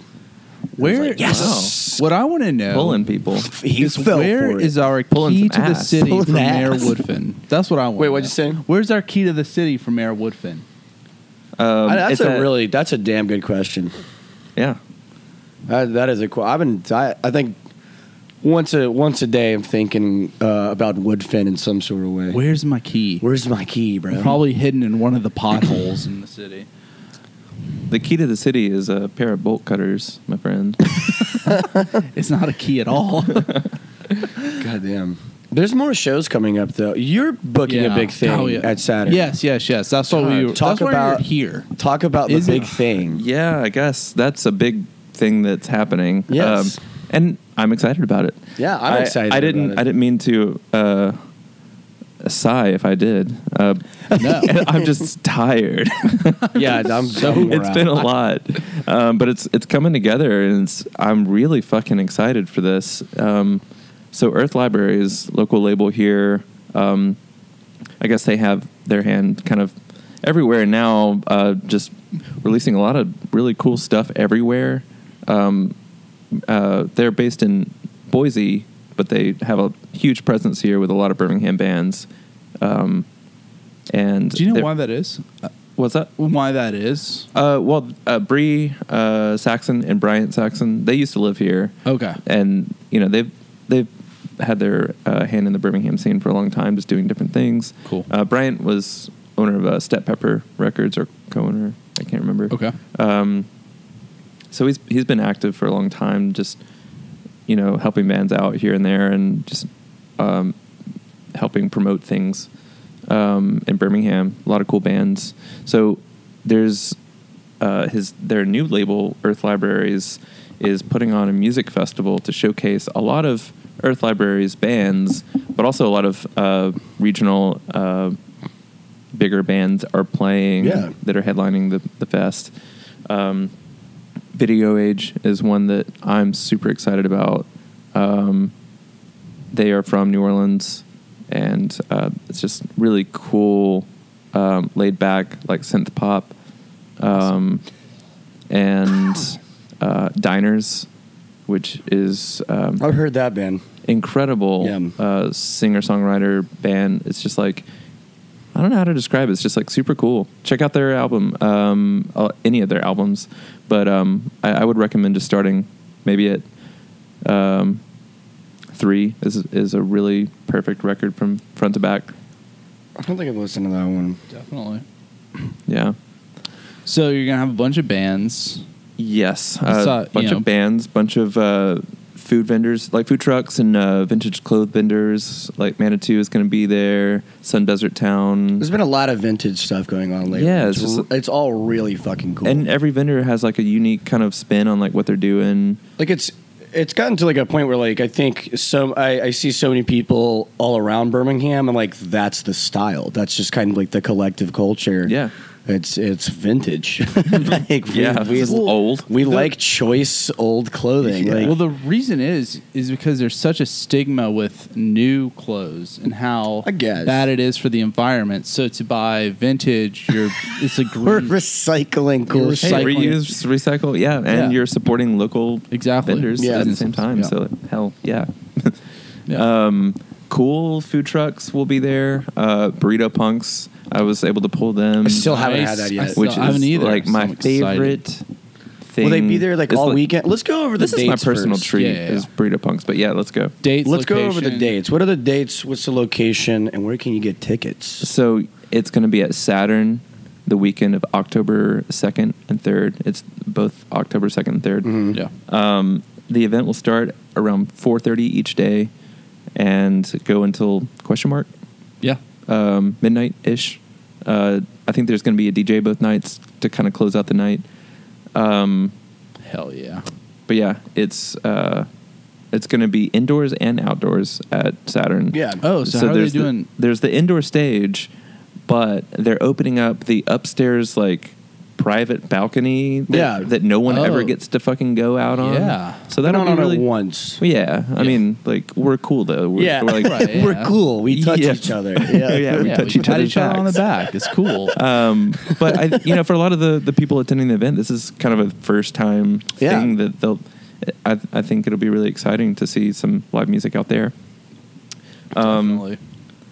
Speaker 3: Where
Speaker 2: like, yes.
Speaker 3: What I want to know
Speaker 1: Pulling people.
Speaker 2: He
Speaker 3: is
Speaker 2: fell
Speaker 3: where
Speaker 2: for
Speaker 3: is um,
Speaker 2: it.
Speaker 3: our
Speaker 1: Pulling some
Speaker 3: key to the
Speaker 1: ass.
Speaker 3: city
Speaker 2: Pulling
Speaker 3: from
Speaker 2: the
Speaker 3: Mayor
Speaker 2: ass.
Speaker 3: Woodfin? That's what I want.
Speaker 2: Wait,
Speaker 3: to
Speaker 2: what'd
Speaker 3: know.
Speaker 2: you say?
Speaker 3: Where's our key to the city from Mayor Woodfin?
Speaker 1: Um,
Speaker 2: I- that's
Speaker 1: it's
Speaker 2: a really that's a damn good question.
Speaker 1: yeah.
Speaker 2: Uh, that is a cool. I've been I, I think once a once a day I'm thinking uh, about Woodfin in some sort of way.
Speaker 3: Where's my key?
Speaker 2: Where's my key, bro?
Speaker 3: Probably hidden in one of the potholes in the city.
Speaker 1: The key to the city is a pair of bolt cutters, my friend.
Speaker 3: It's not a key at all.
Speaker 2: God damn. There's more shows coming up though. You're booking
Speaker 3: Yeah.
Speaker 2: a big thing
Speaker 3: Oh, yeah.
Speaker 2: at Saturday.
Speaker 3: Yes, yes, yes. That's what we
Speaker 1: God,
Speaker 3: were
Speaker 2: talk
Speaker 3: that's why we were
Speaker 2: about-
Speaker 3: here.
Speaker 2: Talk about
Speaker 3: Is
Speaker 2: the
Speaker 3: it-
Speaker 2: big thing.
Speaker 1: yeah, I guess that's a big thing that's happening. Um,
Speaker 2: Yes.
Speaker 1: and I'm excited about it.
Speaker 2: Yeah, I'm
Speaker 1: I-
Speaker 2: excited
Speaker 1: I didn't.
Speaker 2: about it.
Speaker 1: I didn't mean to uh, sigh if I did. Uh,
Speaker 3: No.
Speaker 1: I'm just tired.
Speaker 2: Yeah, I'm so
Speaker 1: it's been a lot, um, but it's it's coming together, and it's, I'm really fucking excited for this. Um, so Earth Library is local label here. Um, I guess they have their hand kind of everywhere now, uh, just releasing a lot of really cool stuff everywhere. Um, uh, they're based in Boise, but they have a huge presence here with a lot of Birmingham bands. Um, and
Speaker 3: Do you know
Speaker 1: they're-
Speaker 3: why that is? Uh,
Speaker 1: What's that?
Speaker 3: Why that is?
Speaker 1: Uh, well, uh, Bree uh, Saxon and Bryant Saxon, they used to live here.
Speaker 3: Okay.
Speaker 1: And you know they've they've had their uh, hand in the Birmingham scene for a long time, just doing different things.
Speaker 3: Cool.
Speaker 1: Uh, Bryant was owner of uh, Step Pepper Records or co-owner, I can't remember.
Speaker 3: Okay.
Speaker 2: Uh.
Speaker 1: Um, so he's he's been active for a long time, just you know helping bands out here and there, and just um, helping promote things um, in Birmingham. A lot of cool bands. So there's uh, his their new label Earth Libraries is putting on a music festival to showcase a lot of Earth Libraries bands, but also a lot of uh, regional uh, bigger bands are playing
Speaker 2: Yeah.
Speaker 1: that are headlining the the fest. Um, Video Age is one that I'm super excited about. Um, they are from New Orleans, and uh, it's just really cool, um, laid back, like synth pop. Um, and uh, Diners, which is um,
Speaker 2: I've heard that, man.
Speaker 1: incredible
Speaker 2: Yeah.
Speaker 1: uh, singer songwriter band. It's just like I don't know how to describe it. It's just like super cool. Check out their album, um, uh, any of their albums, but um, I, I would recommend just starting maybe at um, three is is a really perfect record from front to back.
Speaker 2: I don't think I've listened to that one.
Speaker 3: Definitely.
Speaker 1: Yeah.
Speaker 3: So you're gonna have a bunch of bands.
Speaker 1: Yes,
Speaker 3: I
Speaker 1: uh,
Speaker 3: saw, you
Speaker 1: bunch
Speaker 3: know-
Speaker 1: of bands, bunch of uh, food vendors, like food trucks and uh, vintage clothes vendors. Like Manitou is going to be there. Sun Desert Town,
Speaker 2: There's been a lot of vintage stuff going on lately.
Speaker 1: Yeah,
Speaker 2: it's,
Speaker 1: it's just-
Speaker 2: r- it's all really fucking cool.
Speaker 1: and every vendor has like a unique kind of spin on like what they're doing.
Speaker 2: like it's it's gotten to like a point where like I think so I, I see so many people all around Birmingham and like that's the style. That's just kind of like the collective culture.
Speaker 1: Yeah.
Speaker 2: It's it's vintage. like we,
Speaker 1: Yeah,
Speaker 2: we,
Speaker 1: it's old.
Speaker 2: We like choice old clothing. Like,
Speaker 3: Well, the reason is is because there's such a stigma with new clothes and how
Speaker 2: I guess.
Speaker 3: bad it is for the environment. So to buy vintage, you're it's a
Speaker 2: we're
Speaker 3: green
Speaker 2: recycling cool
Speaker 3: You're
Speaker 2: shit.
Speaker 1: Hey,
Speaker 3: Recycling.
Speaker 1: reuse, recycle, yeah, and
Speaker 3: Yeah.
Speaker 1: you're supporting local
Speaker 3: Exactly.
Speaker 1: vendors
Speaker 2: Yeah.
Speaker 1: at the same time.
Speaker 3: Yeah.
Speaker 1: So hell yeah.
Speaker 3: Yeah.
Speaker 1: Um, cool food trucks will be there. Uh, burrito punks. I was able to pull them.
Speaker 2: I still haven't had that
Speaker 3: Nice.
Speaker 2: yet.
Speaker 3: I still
Speaker 1: which
Speaker 3: haven't
Speaker 1: is
Speaker 3: either,
Speaker 1: like
Speaker 3: so
Speaker 1: my
Speaker 3: I'm excited.
Speaker 1: favorite thing.
Speaker 2: Will they be there like
Speaker 1: It's
Speaker 2: all weekend? Let's go over the
Speaker 1: This
Speaker 2: dates.
Speaker 1: is my personal
Speaker 2: first.
Speaker 1: treat
Speaker 3: Yeah, yeah, yeah.
Speaker 1: is burrito punks, but yeah, let's go.
Speaker 3: dates.
Speaker 2: Let's go over the
Speaker 3: location.
Speaker 2: dates. What are the dates? What's the location? And where can you get tickets?
Speaker 1: So it's going to be at Saturn the weekend of October 2nd and 3rd. It's both October 2nd and 3rd.
Speaker 2: Mhm.
Speaker 3: Yeah. Uh,
Speaker 1: Um, the event will start around 4:30 each day and go until question mark
Speaker 3: Yeah.
Speaker 1: um, midnight ish. Uh, I think there's going to be a DJ both nights to kind of close out the night. Um,
Speaker 3: Hell yeah.
Speaker 1: but yeah, it's uh, it's going to be indoors and outdoors at Saturn.
Speaker 2: Yeah.
Speaker 3: Oh, so, how are they
Speaker 1: there's the-
Speaker 3: doing?
Speaker 1: there's the indoor stage, but they're opening up the upstairs like private balcony that,
Speaker 2: Yeah.
Speaker 1: that no one
Speaker 3: Oh.
Speaker 1: ever gets to fucking go out
Speaker 2: Um,
Speaker 1: on.
Speaker 3: Yeah.
Speaker 1: So
Speaker 2: Been
Speaker 1: that'll
Speaker 2: on
Speaker 1: be really
Speaker 2: it once.
Speaker 1: Well, yeah, I
Speaker 3: Yeah.
Speaker 1: mean, like we're cool though. We're,
Speaker 2: yeah,
Speaker 1: we're like
Speaker 3: Right. yeah.
Speaker 2: we're cool. We touch
Speaker 1: Yeah.
Speaker 2: each other. Yeah,
Speaker 1: Yeah, we
Speaker 3: yeah,
Speaker 1: touch
Speaker 3: we
Speaker 1: each
Speaker 3: pat
Speaker 1: other's
Speaker 3: each other on the back. It's cool.
Speaker 1: Um, but I, you know, for a lot of the, the people attending the event, this is kind of a first time
Speaker 2: Yeah.
Speaker 1: thing that they'll. I, I think it'll be really exciting to see some live music out there. Um,
Speaker 3: Definitely.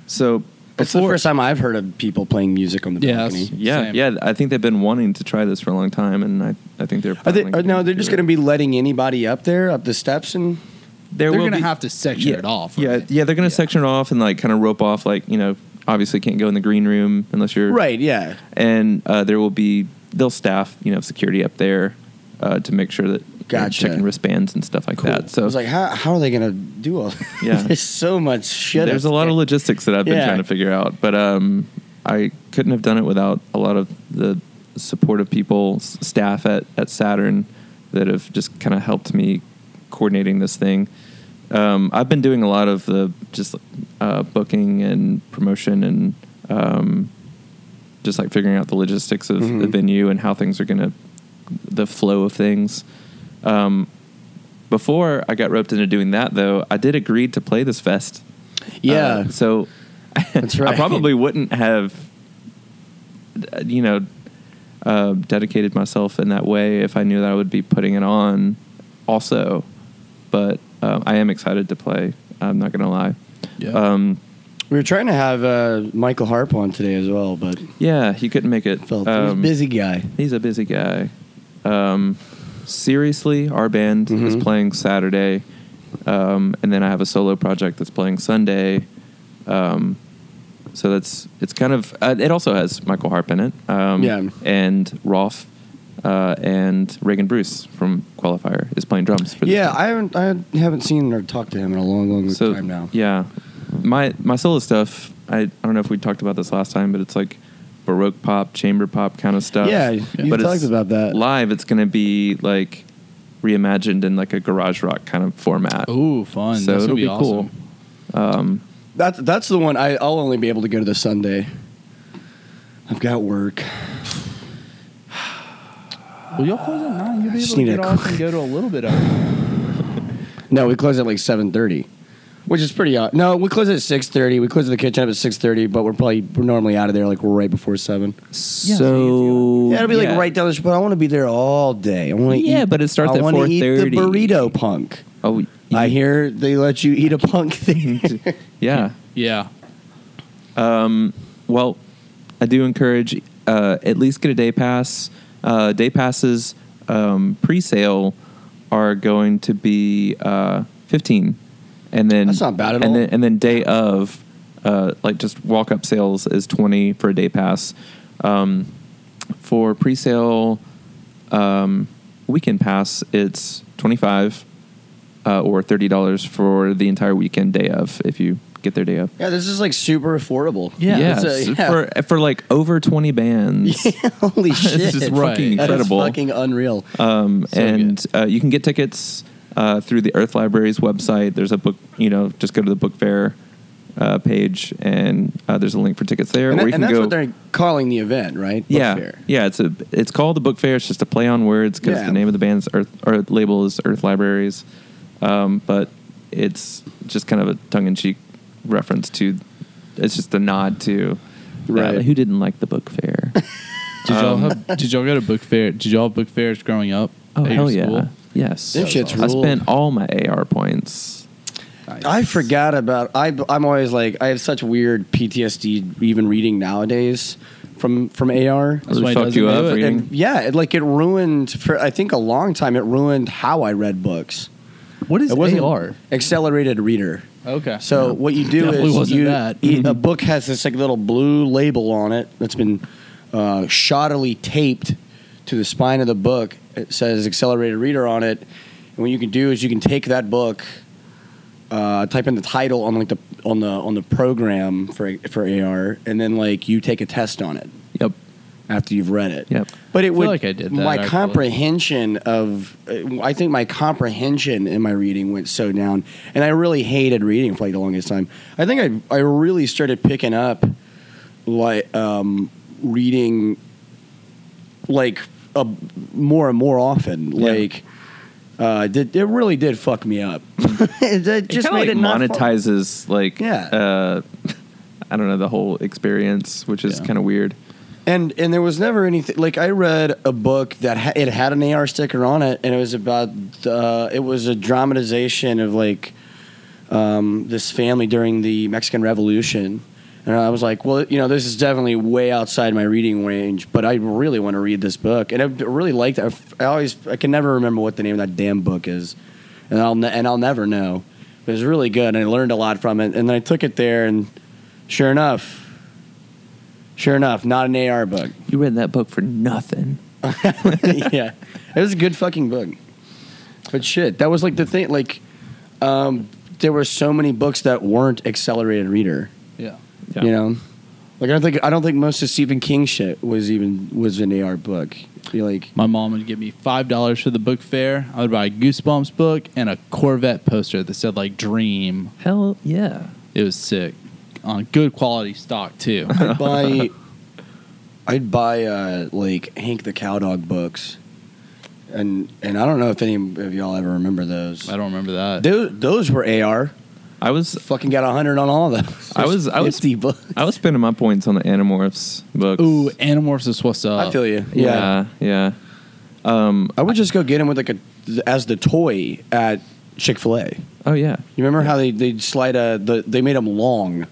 Speaker 1: so
Speaker 2: It's the
Speaker 1: before-
Speaker 2: first time I've heard of people playing music on the
Speaker 3: Yeah,
Speaker 2: balcony.
Speaker 3: that's-
Speaker 1: Yeah,
Speaker 3: Same.
Speaker 1: yeah. I think they've been wanting to try this for a long time, and I, I think they're.
Speaker 2: Are they,
Speaker 1: finally
Speaker 2: are, no,
Speaker 1: gonna
Speaker 2: they're
Speaker 1: do
Speaker 2: just
Speaker 1: it.
Speaker 2: going to be letting anybody up there, up the steps, and
Speaker 1: There
Speaker 3: They're
Speaker 1: will
Speaker 3: gonna
Speaker 1: be-
Speaker 3: have to section
Speaker 1: yeah,
Speaker 3: it off,
Speaker 1: Yeah,
Speaker 3: right?
Speaker 1: yeah. They're going
Speaker 3: Yeah.
Speaker 1: to section it off and like kind of rope off. Like you know, obviously can't go in the green room unless you're
Speaker 2: right, yeah,
Speaker 1: and uh, there will be they'll staff you know security up there uh, to make sure that you know,
Speaker 2: Gotcha.
Speaker 1: checking wristbands and stuff like that. So
Speaker 2: I was like, how, how are they going to do all?
Speaker 1: Yeah.
Speaker 2: there's so much shit.
Speaker 1: there's
Speaker 2: up
Speaker 1: a lot of
Speaker 2: there.
Speaker 1: logistics that I've been
Speaker 2: Yeah.
Speaker 1: trying to figure out, but um, I couldn't have done it without a lot of the supportive people, s- staff at at Saturn that have just kind of helped me coordinating this thing. Um, I've been doing a lot of the just uh, booking and promotion and um, just like figuring out the logistics of the
Speaker 2: Mhm.
Speaker 1: venue and how things are going to the flow of things. Um, before I got roped into doing that, though, I did agree to play this fest.
Speaker 2: yeah.
Speaker 1: Uh, so
Speaker 2: That's right.
Speaker 1: I probably wouldn't have, uh, you know, uh, dedicated myself in that way if I knew that I would be putting it on also. But um, I am excited to play. I'm not going to lie.
Speaker 3: Yeah.
Speaker 1: Um,
Speaker 2: we were trying to have uh, Michael Harp on today as well, but
Speaker 1: yeah, he couldn't make it.
Speaker 2: felt he's a
Speaker 1: Um,
Speaker 2: busy guy.
Speaker 1: He's a busy guy. Um, seriously, our band is
Speaker 2: Mhm.
Speaker 1: playing Saturday, um, and then I have a solo project that's playing Sunday. Um, so that's it's kind of uh, it also has Michael Harp in it, um,
Speaker 2: Yeah.
Speaker 1: and Rolf uh, and Reagan Bruce from Qualifier is playing drums. For this
Speaker 2: Yeah,
Speaker 1: band.
Speaker 2: I haven't I haven't seen or talked to him in a long, long time now.
Speaker 1: Yeah, my my solo stuff. I, I don't know if we talked about this last time, but it's like baroque pop, chamber pop kind of stuff.
Speaker 2: Yeah, you
Speaker 1: But it's
Speaker 2: talked about that.
Speaker 1: Live, it's going to be like reimagined in like a garage rock kind of format.
Speaker 2: Oh,
Speaker 3: Ooh, fun.
Speaker 1: so
Speaker 3: That's
Speaker 1: it'll
Speaker 3: gonna be, awesome.
Speaker 1: cool. Um,
Speaker 2: That's that's the one I, I'll only be able to go to this Sunday. I've got work.
Speaker 3: Well, y'all close at nine. You'll be
Speaker 2: Just
Speaker 3: able to
Speaker 2: need
Speaker 3: get
Speaker 2: a
Speaker 3: off
Speaker 2: quick-
Speaker 3: and go to a little bit of.
Speaker 2: No, we close at like seven thirty, which is pretty odd. No, we close at six thirty. We close the kitchen up at six thirty, but we're probably we're normally out of there like right before seven.
Speaker 1: so
Speaker 2: Yeah, it'll be like right down the street. But I want to be there all day. I want to
Speaker 1: Yeah,
Speaker 2: eat,
Speaker 1: but it starts
Speaker 2: I
Speaker 1: at
Speaker 2: wanna eat
Speaker 1: 4:30.
Speaker 2: The burrito punk.
Speaker 1: Oh, you-
Speaker 2: I hear they let you eat a punk thing.
Speaker 1: Yeah.
Speaker 3: Yeah.
Speaker 1: Well, I do encourage uh, at least get a day pass. Uh, day passes um, pre-sale are going to be uh, fifteen, and then
Speaker 2: That's not bad at
Speaker 1: and
Speaker 2: all.
Speaker 1: Then, and then day of uh, like just walk up sales is 20 for a day pass. Um, for pre sale um, weekend pass, it's 25 uh, or $30 for the entire weekend day of if you get their day of.
Speaker 2: Yeah, this is like super affordable.
Speaker 3: Yeah.
Speaker 1: Yes,
Speaker 2: It's a- yeah.
Speaker 1: for for like over twenty bands.
Speaker 2: Holy shit.
Speaker 1: It's just
Speaker 3: Right.
Speaker 1: fucking
Speaker 2: That is
Speaker 1: incredible.
Speaker 2: fucking Uh, unreal.
Speaker 1: um,
Speaker 3: So
Speaker 1: and uh, you can get tickets uh, through the Earth Library's website. There's a book, you know, just go to the book fair uh, page, and uh, there's a link for tickets there,
Speaker 2: and,
Speaker 1: or
Speaker 2: that-
Speaker 1: you
Speaker 2: and
Speaker 1: can
Speaker 2: that's
Speaker 1: go.
Speaker 2: what they're calling the event, right? Book
Speaker 1: yeah,
Speaker 2: fair.
Speaker 1: yeah. It's a it's called the book fair. It's just a play on words because
Speaker 2: Yeah.
Speaker 1: the name of the band's Earth or label is Earth Libraries, um, but it's just kind of a tongue in cheek reference to. It's just a nod to. that.
Speaker 2: Right.
Speaker 1: who didn't like the book fair?
Speaker 3: Did y'all
Speaker 1: Um,
Speaker 3: have? Did y'all go to book fair? Did y'all have book fairs growing up?
Speaker 1: Oh
Speaker 3: at your
Speaker 1: hell yeah!
Speaker 3: school?
Speaker 1: Yes,
Speaker 2: Them shits
Speaker 1: I
Speaker 2: rule.
Speaker 1: spent all my AR points.
Speaker 3: Nice.
Speaker 2: I forgot about. I, I'm always like I have such weird PTSD even reading nowadays from from AR.
Speaker 3: That's why
Speaker 1: Really
Speaker 3: it
Speaker 1: fucked you up
Speaker 3: doesn't do it.
Speaker 1: reading.
Speaker 2: And yeah, it, like it ruined for I think a long time. It ruined how I read books.
Speaker 3: What is
Speaker 2: It wasn't
Speaker 3: AR?
Speaker 2: accelerated reader.
Speaker 3: Okay.
Speaker 2: So what you do
Speaker 3: Definitely
Speaker 2: is
Speaker 3: wasn't
Speaker 2: you
Speaker 3: that.
Speaker 2: e- a book has this like little blue label on it that's been uh, shoddily taped to the spine of the book. It says accelerated reader on it, and what you can do is you can take that book, uh, type in the title on like the on the on the program for for AR, and then like you take a test on it
Speaker 1: Yep.
Speaker 2: after you've read it.
Speaker 1: Yep.
Speaker 2: But it
Speaker 3: feel
Speaker 2: would
Speaker 3: like I did that,
Speaker 2: my
Speaker 3: actually.
Speaker 2: comprehension of uh, I think my comprehension in my reading went so down, and I really hated reading for like the longest time. I think I I really started picking up like um, reading like a, more and more often
Speaker 1: Yeah.
Speaker 2: like. Uh, did, it really did fuck me up. it it
Speaker 1: It
Speaker 2: just
Speaker 1: kinda,
Speaker 2: made it
Speaker 1: like
Speaker 2: not fun.
Speaker 1: monetizes like
Speaker 2: Yeah.
Speaker 1: uh I don't know the whole experience, which is
Speaker 2: Yeah.
Speaker 1: kind of weird.
Speaker 2: And and there was never anything like I read a book that ha- it had an AR sticker on it, and it was about uh, it was a dramatization of like um, this family during the Mexican Revolution, and I was like, well, you know, this is definitely way outside my reading range, but I really want to read this book, and I really liked it. I always I can never remember what the name of that damn book is, and I'll ne- and I'll never know. But it was really good, and I learned a lot from it, and then I took it there, and sure enough. Sure enough, not an AR book.
Speaker 1: You read that book for nothing.
Speaker 2: yeah, it was a good fucking book. But shit, that was like the thing. Like, um, there were so many books that weren't accelerated reader.
Speaker 3: yeah.
Speaker 2: You know, like I don't think I don't think most of Stephen King shit was even was an AR book. Be like,
Speaker 3: My mom would give me five dollars for the book fair. I would buy a Goosebumps book and a Corvette poster that said like "Dream."
Speaker 1: Hell yeah.
Speaker 3: It was sick, on good quality stock too.
Speaker 2: I'd buy, I'd buy uh, like Hank the Cowdog books, and and I don't know if any of y'all ever remember those.
Speaker 3: I don't remember that.
Speaker 2: Those, those were AR.
Speaker 1: I was
Speaker 2: Fucking got a hundred on all of those.
Speaker 1: I was- I was-
Speaker 2: 50 books.
Speaker 1: I was spending my points on the Animorphs books.
Speaker 3: Ooh, Animorphs is what's up.
Speaker 2: I feel you.
Speaker 1: Yeah, yeah. Um
Speaker 2: I would just go get him with like a as the toy at Chick Fil A.
Speaker 1: oh yeah.
Speaker 2: You remember how they they slide a the, they made them long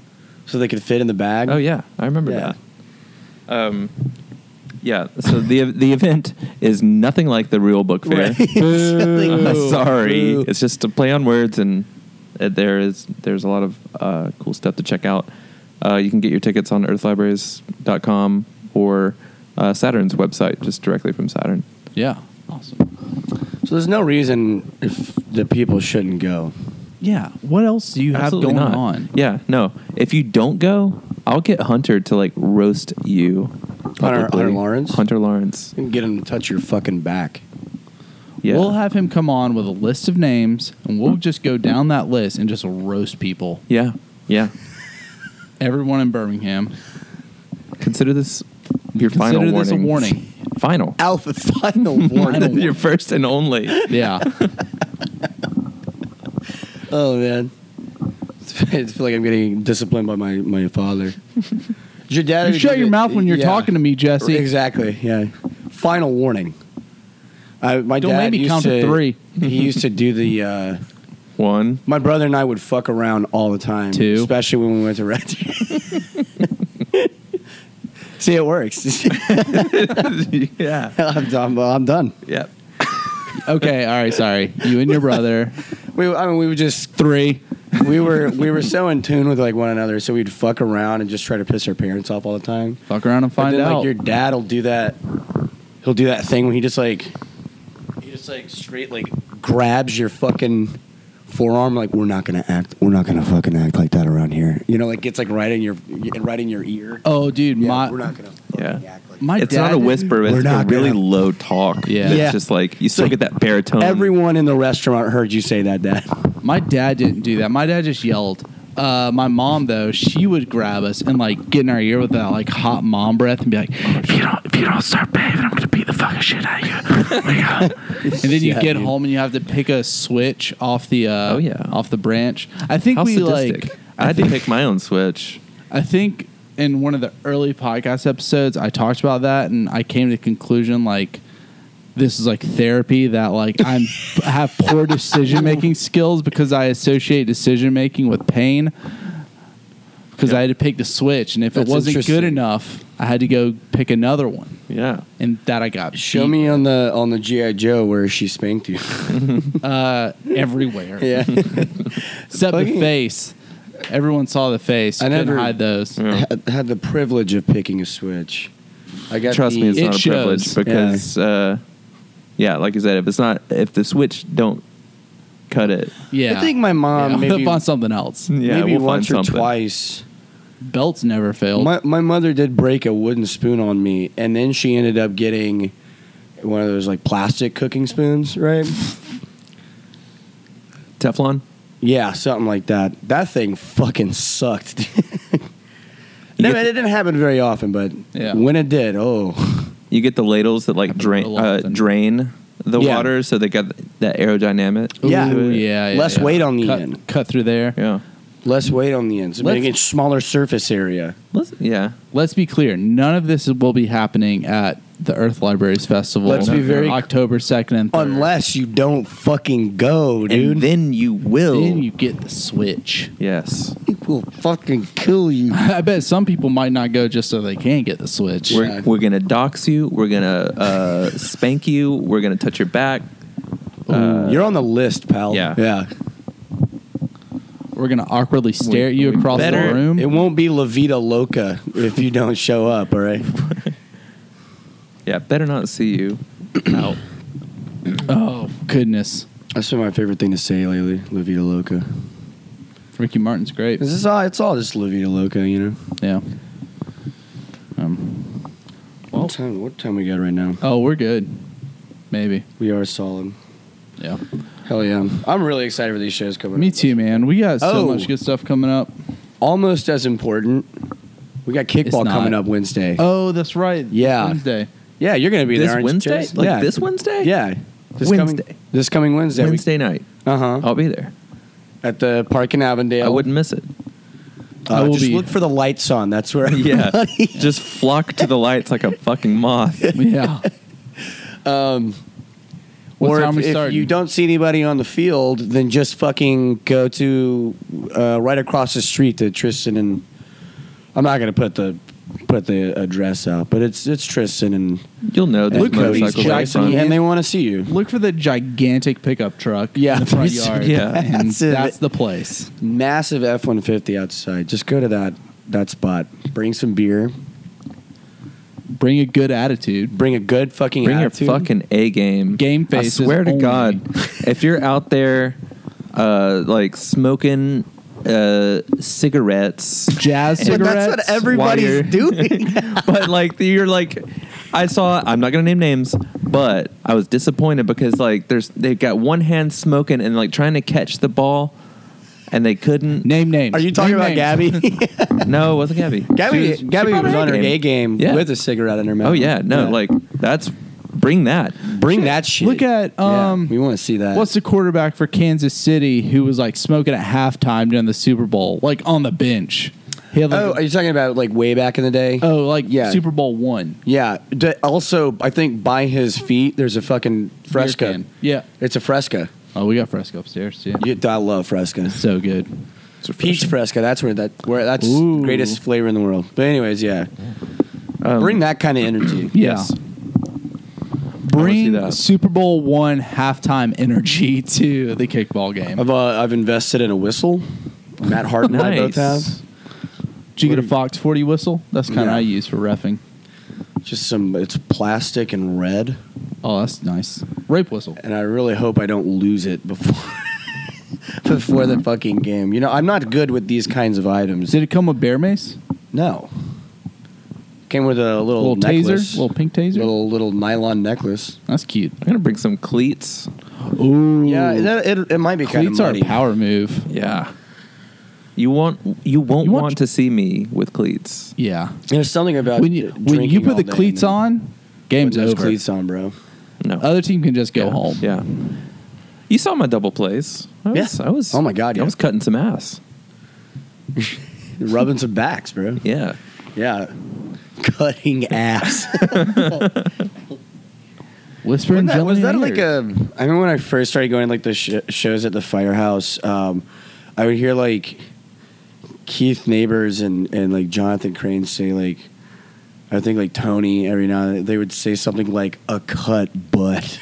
Speaker 2: so they could fit in the bag.
Speaker 1: Oh yeah, I remember
Speaker 2: Yeah.
Speaker 1: that. Um yeah, so the the event is nothing like the real book fair.
Speaker 2: Right. Boo.
Speaker 1: Sorry,
Speaker 2: Boo.
Speaker 1: it's just a play on words, and uh, there is there's a lot of uh, cool stuff to check out. Uh, you can get your tickets on EarthLibraries.com or uh, Saturn's website, just directly from Saturn.
Speaker 3: Yeah. Awesome.
Speaker 2: So there's no reason if the people shouldn't go.
Speaker 3: Yeah. What else do you
Speaker 1: Absolutely
Speaker 3: have going
Speaker 1: not.
Speaker 3: on?
Speaker 1: Yeah, no. If you don't go, I'll get Hunter to like roast you.
Speaker 2: Hunter-
Speaker 1: publicly.
Speaker 2: Hunter Lawrence?
Speaker 1: Hunter Lawrence.
Speaker 2: You can get them to touch your fucking back.
Speaker 1: Yeah.
Speaker 3: We'll have him come on with a list of names, and we'll just go down that list and just roast people.
Speaker 1: yeah. Yeah.
Speaker 3: Everyone in Birmingham.
Speaker 1: Consider this your final
Speaker 3: Consider
Speaker 1: warning.
Speaker 3: this a warning.
Speaker 1: Final.
Speaker 2: Alpha final
Speaker 3: warning.
Speaker 1: your first and only.
Speaker 3: Yeah.
Speaker 2: oh man, I feel like I'm getting disciplined by my my father. Your dad.
Speaker 3: you shut your mouth when you're
Speaker 2: Yeah.
Speaker 3: talking to me, Jesse.
Speaker 2: Exactly. Yeah. Final warning. I, my
Speaker 3: Don't
Speaker 2: dad
Speaker 3: make me
Speaker 2: used
Speaker 3: count to three.
Speaker 2: he used to do the. Uh,
Speaker 1: One.
Speaker 2: my brother and I would fuck around all the time,
Speaker 3: Two.
Speaker 2: especially when we went to Red. See, it works.
Speaker 1: yeah.
Speaker 2: I'm done. Well, I'm done.
Speaker 1: Yep.
Speaker 3: Okay. All right. Sorry. You and your brother.
Speaker 2: We, I mean, we would just
Speaker 3: Three.
Speaker 2: we were we were so in tune with like one another, so we'd fuck around and just try to piss our parents off all the time.
Speaker 3: Fuck around and
Speaker 2: But
Speaker 3: find
Speaker 2: then,
Speaker 3: out.
Speaker 2: Like your dad will do that. He'll do that thing when he just like, he just like straight like grabs your fucking forearm. Like we're not gonna act. We're not gonna fucking act like that around here. You know, like gets like right in your right in your ear.
Speaker 3: oh, dude,
Speaker 2: Yeah,
Speaker 3: my
Speaker 2: we're not gonna.
Speaker 1: Yeah.
Speaker 2: Fucking act like
Speaker 3: my
Speaker 1: it's
Speaker 3: dad
Speaker 1: not a
Speaker 3: didn't-
Speaker 1: whisper, but
Speaker 2: We're
Speaker 1: it's a
Speaker 2: not
Speaker 1: really
Speaker 2: gonna-
Speaker 1: low talk.
Speaker 3: Yeah.
Speaker 1: It's
Speaker 2: Yeah.
Speaker 1: just like you still
Speaker 2: like
Speaker 1: get that baritone.
Speaker 2: Everyone in the restaurant heard you say that, Dad.
Speaker 3: My dad didn't do that. My dad just yelled. Uh, my mom though, she would grab us and like get in our ear with that like hot mom breath and be like, "If you don't, if you don't start behaving, I'm gonna beat the fucking shit out of you." Like, uh, and then you
Speaker 2: Yeah,
Speaker 3: get
Speaker 2: dude.
Speaker 3: home and you have to pick a switch off the uh,
Speaker 1: Oh, yeah.
Speaker 3: off the branch. I think
Speaker 1: How
Speaker 3: we
Speaker 1: sadistic.
Speaker 3: like
Speaker 1: I had to pick my own switch.
Speaker 3: I think in one of the early podcast episodes, I talked about that, and I came to the conclusion like this is like therapy that like I'm I have poor decision making skills because I associate decision making with pain because I had to pick the switch, and if
Speaker 2: That's
Speaker 3: it wasn't good
Speaker 2: interesting.
Speaker 3: enough, I had to go pick another one,
Speaker 1: Yeah.
Speaker 3: and that I got.
Speaker 2: Show
Speaker 3: beat,
Speaker 2: me on the on the GI Joe where she spanked you.
Speaker 3: uh, everywhere
Speaker 2: yeah,
Speaker 3: except the
Speaker 2: Fucking-
Speaker 3: face. Everyone saw the face.
Speaker 2: I
Speaker 3: I never
Speaker 2: never-
Speaker 3: hide those.
Speaker 1: Yeah.
Speaker 2: had, had the privilege of picking a switch. I got
Speaker 1: Trust
Speaker 2: the-
Speaker 1: me, it's
Speaker 3: It
Speaker 1: not a
Speaker 3: shows.
Speaker 1: privilege because, uh, yeah, like you said, if it's not, if the switch don't cut it,
Speaker 3: Yeah,
Speaker 2: I think my mom
Speaker 3: yeah.
Speaker 2: maybe, Mm.
Speaker 3: on something else.
Speaker 1: yeah,
Speaker 2: maybe
Speaker 1: we'll
Speaker 2: once
Speaker 1: find
Speaker 2: or
Speaker 1: something.
Speaker 2: twice.
Speaker 3: Belts never failed.
Speaker 2: My my mother did break a wooden spoon on me, and then she ended up getting one of those like plastic cooking spoons, right?
Speaker 1: Teflon.
Speaker 2: yeah, something like that. That thing fucking sucked. dude.
Speaker 1: You
Speaker 2: no,
Speaker 1: get
Speaker 2: it didn't happen very often, but
Speaker 3: Yeah.
Speaker 2: when it did, oh,
Speaker 1: You get the ladles that like
Speaker 3: Happens
Speaker 1: drain
Speaker 3: real
Speaker 1: uh,
Speaker 3: often.
Speaker 1: drain the
Speaker 2: Yeah.
Speaker 1: water, so they got that aerodynamic.
Speaker 3: Ooh,
Speaker 2: Yeah.
Speaker 3: yeah, yeah,
Speaker 2: Less
Speaker 3: yeah.
Speaker 2: weight on the
Speaker 3: cut,
Speaker 2: end.
Speaker 3: Cut through there.
Speaker 1: yeah.
Speaker 2: less weight on the ends,
Speaker 3: Let's-
Speaker 2: making smaller surface area.
Speaker 1: Let's, yeah.
Speaker 3: Let's be clear. None of this will be happening at the Earth Libraries Festival.
Speaker 2: Let's be very-
Speaker 3: October second and 3rd.
Speaker 2: Unless you don't fucking go, dude.
Speaker 1: And then you will.
Speaker 3: then you get the switch.
Speaker 1: yes.
Speaker 2: it will fucking kill you.
Speaker 3: I bet some people might not go just so they can get the switch.
Speaker 1: We're,
Speaker 2: Yeah.
Speaker 1: we're gonna dox you. We're gonna uh, spank you. We're gonna touch your back.
Speaker 2: You're on the list, pal.
Speaker 1: Yeah.
Speaker 2: Uh, Yeah.
Speaker 3: We're gonna awkwardly stare at
Speaker 1: We-
Speaker 3: you
Speaker 1: we
Speaker 3: across
Speaker 1: better-
Speaker 3: the room.
Speaker 2: It won't be La Vida Loca if you don't show up, all right?
Speaker 1: Yeah. Better not see you. out.
Speaker 3: oh goodness,
Speaker 2: That's been my favorite thing to say lately, La Vida Loca.
Speaker 3: Ricky Martin's great.
Speaker 2: This is all, it's all just La Vida Loca, you know?
Speaker 3: Yeah. Um,
Speaker 2: What time, what time we got right now?
Speaker 3: oh, we're good. Maybe.
Speaker 2: We are solid.
Speaker 3: Yeah.
Speaker 2: Hell yeah. I'm really excited for these shows coming
Speaker 3: Me
Speaker 2: up.
Speaker 3: too, man. We got
Speaker 2: Oh.
Speaker 3: so much good stuff coming up.
Speaker 2: Almost as important, we got kickball
Speaker 3: not.
Speaker 2: coming up Wednesday.
Speaker 3: Oh, that's right.
Speaker 2: Yeah.
Speaker 3: Wednesday.
Speaker 2: Yeah, you're going to be
Speaker 1: This
Speaker 2: there. aren't you,
Speaker 1: Wednesday?
Speaker 2: Chase?
Speaker 1: Like
Speaker 2: yeah.
Speaker 1: this Wednesday?
Speaker 2: Yeah. This
Speaker 1: Wednesday.
Speaker 2: Coming, this coming Wednesday.
Speaker 1: Wednesday night.
Speaker 2: Uh huh.
Speaker 1: I'll be there.
Speaker 2: At the park in Avondale.
Speaker 1: I wouldn't miss it.
Speaker 2: Uh,
Speaker 3: I will
Speaker 2: just
Speaker 3: be-
Speaker 2: look for the lights on. That's where.
Speaker 1: Yeah. Just flock to the lights like a fucking moth.
Speaker 3: Yeah. Um, What
Speaker 2: or
Speaker 3: time
Speaker 2: if,
Speaker 3: we
Speaker 2: if
Speaker 3: starting?
Speaker 2: you don't see anybody on the field, then just fucking go to uh, right across the street to Tristan and. I'm not gonna put the put the address out, but it's it's Tristan and
Speaker 1: You'll know that
Speaker 2: Look
Speaker 3: at these
Speaker 1: motorcycle lights
Speaker 3: Jackson
Speaker 1: on.
Speaker 3: Heat.
Speaker 2: and they want to see you.
Speaker 3: Look for the gigantic pickup truck
Speaker 2: Yeah.
Speaker 3: in the front yard.
Speaker 1: Yeah.
Speaker 3: And
Speaker 2: That's it.
Speaker 3: that's the place.
Speaker 2: Massive F-150 outside. Just go to that that spot. Bring some beer.
Speaker 3: Bring a good attitude.
Speaker 2: Bring a good fucking
Speaker 1: Bring your
Speaker 2: attitude.
Speaker 1: fucking A game.
Speaker 3: Game
Speaker 1: I
Speaker 3: faces
Speaker 1: swear to
Speaker 3: only.
Speaker 1: God, if you're out there, uh, like smoking uh, cigarettes,
Speaker 3: Jazz
Speaker 1: But that's
Speaker 3: cigarettes.
Speaker 2: That's what everybody's
Speaker 1: Wire.
Speaker 2: doing.
Speaker 1: but like you're like, I saw. I'm not gonna name names, but I was disappointed because like there's they've got one hand smoking and like trying to catch the ball, and they couldn't.
Speaker 3: Name names.
Speaker 2: Are you talking
Speaker 3: Name
Speaker 2: about
Speaker 3: names.
Speaker 2: Gabby?
Speaker 1: No, it wasn't Gabby.
Speaker 2: Gabby,
Speaker 1: She was- she
Speaker 2: Gabby
Speaker 1: brought
Speaker 2: was
Speaker 1: her
Speaker 2: on her A game
Speaker 1: Yeah.
Speaker 2: with a cigarette in her mouth.
Speaker 1: Oh yeah, no, like that's bring that.
Speaker 2: bring that shit.
Speaker 3: Look at, um,
Speaker 2: we want to see that.
Speaker 3: What's the quarterback for Kansas City who was like smoking at halftime during the Super Bowl, like on the bench? He had like,
Speaker 2: oh,
Speaker 3: oh,
Speaker 2: are you talking about like way back in the day?
Speaker 3: like
Speaker 2: Yeah.
Speaker 3: Super Bowl one.
Speaker 2: yeah. D- also, I think by his feet there's a fucking
Speaker 3: Beer
Speaker 2: fresca.
Speaker 3: can. Yeah.
Speaker 2: It's a fresca.
Speaker 3: Oh, we got fresco upstairs too.
Speaker 2: You, I love fresca.
Speaker 3: So good.
Speaker 2: Peach fresca. That's where that where that's
Speaker 3: Ooh.
Speaker 2: greatest flavor in the world. But anyways, yeah.
Speaker 1: Um,
Speaker 2: bring that kind of energy.
Speaker 3: Yeah.
Speaker 1: Yes. I wanna see
Speaker 3: Bring
Speaker 1: that.
Speaker 3: Super Bowl one halftime energy to the kickball game.
Speaker 2: I've uh, I've invested in a whistle. Matt Hart and I both have.
Speaker 1: Nice.
Speaker 3: Did you get a Fox 40 whistle? That's kind of
Speaker 2: Yeah.
Speaker 3: I use for refing.
Speaker 2: Just some. It's plastic and red,
Speaker 3: Oh, that's nice. Rape whistle.
Speaker 2: and I really hope I don't lose it before before the fucking game. You know, I'm not good with these kinds of items.
Speaker 3: Did it come with bear mace?
Speaker 2: No. Came with a little,
Speaker 3: Little, taser?
Speaker 2: necklace,
Speaker 3: Little pink taser?
Speaker 2: little little nylon necklace.
Speaker 3: that's cute.
Speaker 1: I'm gonna bring some cleats.
Speaker 3: Ooh.
Speaker 2: Yeah, that, it, it might be kind of
Speaker 3: Cleats are a
Speaker 2: muddy.
Speaker 3: power move.
Speaker 1: Yeah. You want you won't
Speaker 3: You want-
Speaker 1: want, to see me with cleats.
Speaker 3: Yeah.
Speaker 2: There's something about
Speaker 3: When you, when you
Speaker 2: Uh, drinking
Speaker 3: put
Speaker 2: all
Speaker 3: the
Speaker 2: day
Speaker 3: cleats
Speaker 2: and then
Speaker 3: on,
Speaker 2: putting
Speaker 3: game's
Speaker 2: those
Speaker 3: over.
Speaker 2: Cleats on, bro.
Speaker 1: No.
Speaker 3: Other team can just go
Speaker 1: yeah.
Speaker 3: home.
Speaker 1: Yeah. You saw my double plays. I
Speaker 2: Yeah.
Speaker 1: was, I was
Speaker 2: Oh my God, yeah.
Speaker 1: I was cutting some ass.
Speaker 2: You're rubbing some backs, bro.
Speaker 1: Yeah.
Speaker 2: Yeah. Cutting ass.
Speaker 3: Whisper
Speaker 2: Wasn't
Speaker 3: and
Speaker 2: that-
Speaker 3: jelly
Speaker 2: was
Speaker 3: in
Speaker 2: that
Speaker 3: your
Speaker 2: like
Speaker 3: ear.
Speaker 2: a? I remember when I first started going like the sh- shows at the firehouse. Um, I would hear like Keith Neighbors and and like Jonathan Crane say like. I think like Tony every now and then, they would say something like a cut butt.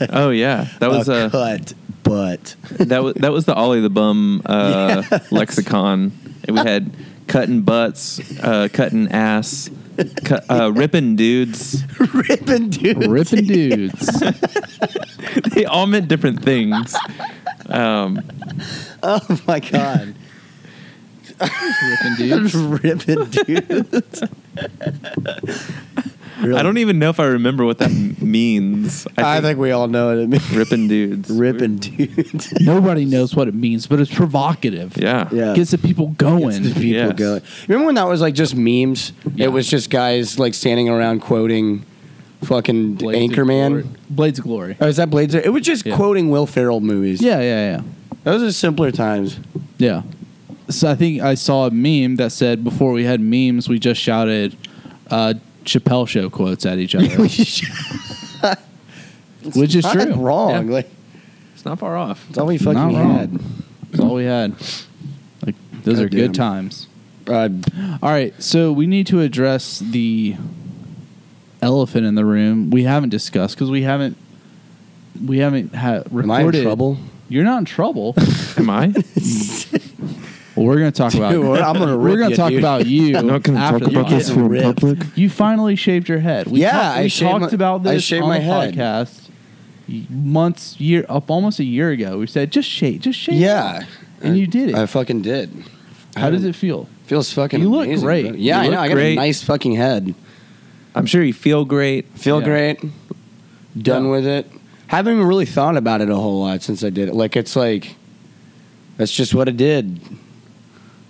Speaker 1: Oh yeah. That was
Speaker 2: a
Speaker 1: uh,
Speaker 2: cut butt.
Speaker 1: that was that was the Ollie the Bum uh, lexicon. And we had cutting butts, uh, cutting ass, cut, uh, ripping dudes.
Speaker 2: Ripping dude.
Speaker 3: ripping dudes?
Speaker 1: they all meant different things. Um,
Speaker 2: Oh my god.
Speaker 3: ripping
Speaker 2: Just
Speaker 3: dudes.
Speaker 2: ripping dude.
Speaker 1: I don't even know if I remember what that m- means.
Speaker 2: I think we all know what it means.
Speaker 1: ripping dudes.
Speaker 2: Ripping dude.
Speaker 3: Nobody knows what it means, but it's provocative.
Speaker 1: Yeah.
Speaker 2: Yeah.
Speaker 3: Gets the people going.
Speaker 2: It's the people
Speaker 1: Yes.
Speaker 2: going. Remember when that was like just memes?
Speaker 3: Yeah.
Speaker 2: It was just guys like standing around quoting fucking
Speaker 3: Blades of Glory.
Speaker 2: Anchorman.
Speaker 3: Blades of Glory.
Speaker 2: Oh, is that Blades? It was just
Speaker 3: Yeah.
Speaker 2: quoting Will Ferrell movies.
Speaker 3: Yeah, yeah, yeah.
Speaker 2: Those are simpler times.
Speaker 3: Yeah. So I think I saw a meme that said before we had memes, we just shouted uh, Chappelle show quotes at each other, which is
Speaker 2: Not
Speaker 3: true.
Speaker 2: Wrong.
Speaker 1: Yeah.
Speaker 2: Like,
Speaker 1: It's not far off.
Speaker 2: it's all we
Speaker 3: Not
Speaker 2: fucking
Speaker 3: wrong.
Speaker 2: had.
Speaker 3: That's all we had. Like those are
Speaker 2: Goddamn.
Speaker 3: good times.
Speaker 2: Uh,
Speaker 3: All right, so we need to address the elephant in the room. We haven't discussed because we haven't we haven't ha- recorded.
Speaker 2: am I in trouble?
Speaker 3: You're not in trouble.
Speaker 1: Am I?
Speaker 3: well, we're going to talk about.
Speaker 2: Dude, I'm gonna
Speaker 3: we're
Speaker 2: rip
Speaker 3: going
Speaker 2: you,
Speaker 3: to talk
Speaker 2: dude.
Speaker 3: about you.
Speaker 1: gonna
Speaker 3: after the podcast.
Speaker 2: this in ripped. public.
Speaker 3: You finally shaved your head.
Speaker 2: Yeah,
Speaker 3: talked-
Speaker 2: I
Speaker 3: we
Speaker 2: shaved
Speaker 3: talked
Speaker 2: my-
Speaker 3: about
Speaker 2: I
Speaker 3: this
Speaker 2: shaved
Speaker 3: on
Speaker 2: my
Speaker 3: the
Speaker 2: head.
Speaker 3: podcast months, year up almost a year ago. We said just shave, just shave.
Speaker 2: Yeah.
Speaker 3: and you did it.
Speaker 2: I fucking did.
Speaker 3: How does it feel?
Speaker 2: Feels fucking.
Speaker 3: You look
Speaker 2: amazing,
Speaker 3: great.
Speaker 2: bro. Yeah,
Speaker 1: You
Speaker 2: I
Speaker 1: look
Speaker 2: know. I got a
Speaker 1: great.
Speaker 2: nice fucking head.
Speaker 1: I'm sure you feel great.
Speaker 2: Feel
Speaker 3: Yeah.
Speaker 2: great. Done
Speaker 3: Yeah.
Speaker 2: with it. Haven't even really thought about it a whole lot since I did it. Like it's like that's just what I did.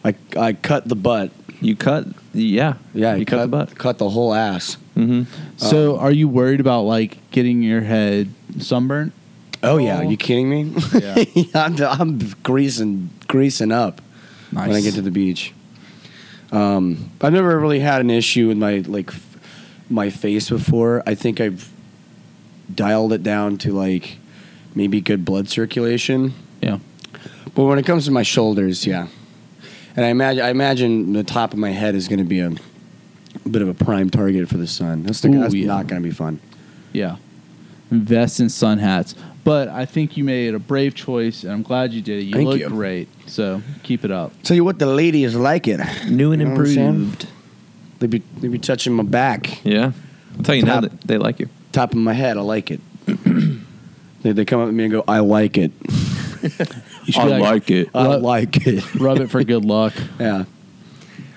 Speaker 2: I I cut the butt.
Speaker 1: You cut. Yeah.
Speaker 2: Yeah,
Speaker 1: You, cut, the butt.
Speaker 2: Cut the whole ass.
Speaker 1: hmm
Speaker 2: Um,
Speaker 3: So, are you worried about like getting your head sunburnt?
Speaker 2: Oh yeah,
Speaker 3: Oh.
Speaker 2: you kidding me?
Speaker 3: Yeah.
Speaker 2: I'm, I'm greasing greasing up
Speaker 3: Nice.
Speaker 2: when I get to the beach. Um, I've never really had an issue with my like f- my face before. I think I've dialed it down to like maybe good blood circulation.
Speaker 3: yeah.
Speaker 2: But when it comes to my shoulders, yeah. And I imagine, I imagine the top of my head is going to be a bit of a prime target for the sun. That's, the,
Speaker 3: Ooh,
Speaker 2: that's
Speaker 3: yeah.
Speaker 2: not going to be fun.
Speaker 3: Yeah. Invest in sun hats. But I think you made a brave choice, and I'm glad you did it. You
Speaker 2: Thank
Speaker 3: look
Speaker 2: you.
Speaker 3: great. So, keep it up.
Speaker 2: Tell you what, the ladies like it.
Speaker 1: New and
Speaker 2: You know what I'm saying?
Speaker 1: improved.
Speaker 2: They be they be touching my back,
Speaker 1: Yeah. I'll tell you now
Speaker 2: Top.
Speaker 1: that they like you.
Speaker 2: top of my head. I like it. they, they come up to me and go, "I like it.
Speaker 3: You should be
Speaker 1: it.
Speaker 2: I
Speaker 3: Rub-
Speaker 2: like it."
Speaker 3: Rub it for good luck.
Speaker 2: yeah.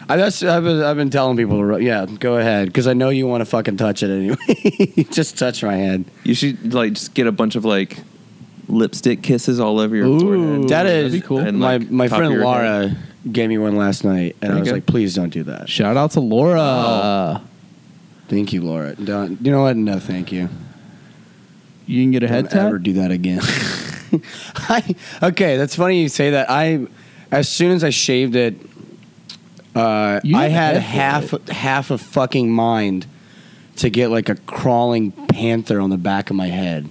Speaker 2: I, that's I've been, I've been telling people to ru- yeah go ahead because I know you want to fucking touch it anyway. Just touch my head.
Speaker 1: You should like just get a bunch of like lipstick kisses all over your
Speaker 3: Ooh.
Speaker 1: forehead.
Speaker 2: That
Speaker 3: That'd
Speaker 2: is
Speaker 3: be cool.
Speaker 1: And,
Speaker 2: my
Speaker 1: like,
Speaker 2: my
Speaker 1: top of
Speaker 2: friend
Speaker 1: your
Speaker 2: Laura gave me one last night,
Speaker 1: There
Speaker 2: and I
Speaker 1: you
Speaker 2: was
Speaker 1: go.
Speaker 2: like, "Please don't do that."
Speaker 3: Shout out to Laura.
Speaker 1: Wow.
Speaker 2: Thank you, Laura. Don't. You know what? No, thank you.
Speaker 3: You can get a head
Speaker 2: don't ever
Speaker 3: tap.
Speaker 2: do that again. I, okay, that's funny you say that. I as soon as I shaved it, uh,
Speaker 3: You
Speaker 2: I
Speaker 3: have a
Speaker 2: had
Speaker 3: head for
Speaker 2: half half a fucking mind to get like a crawling panther on the back of my head.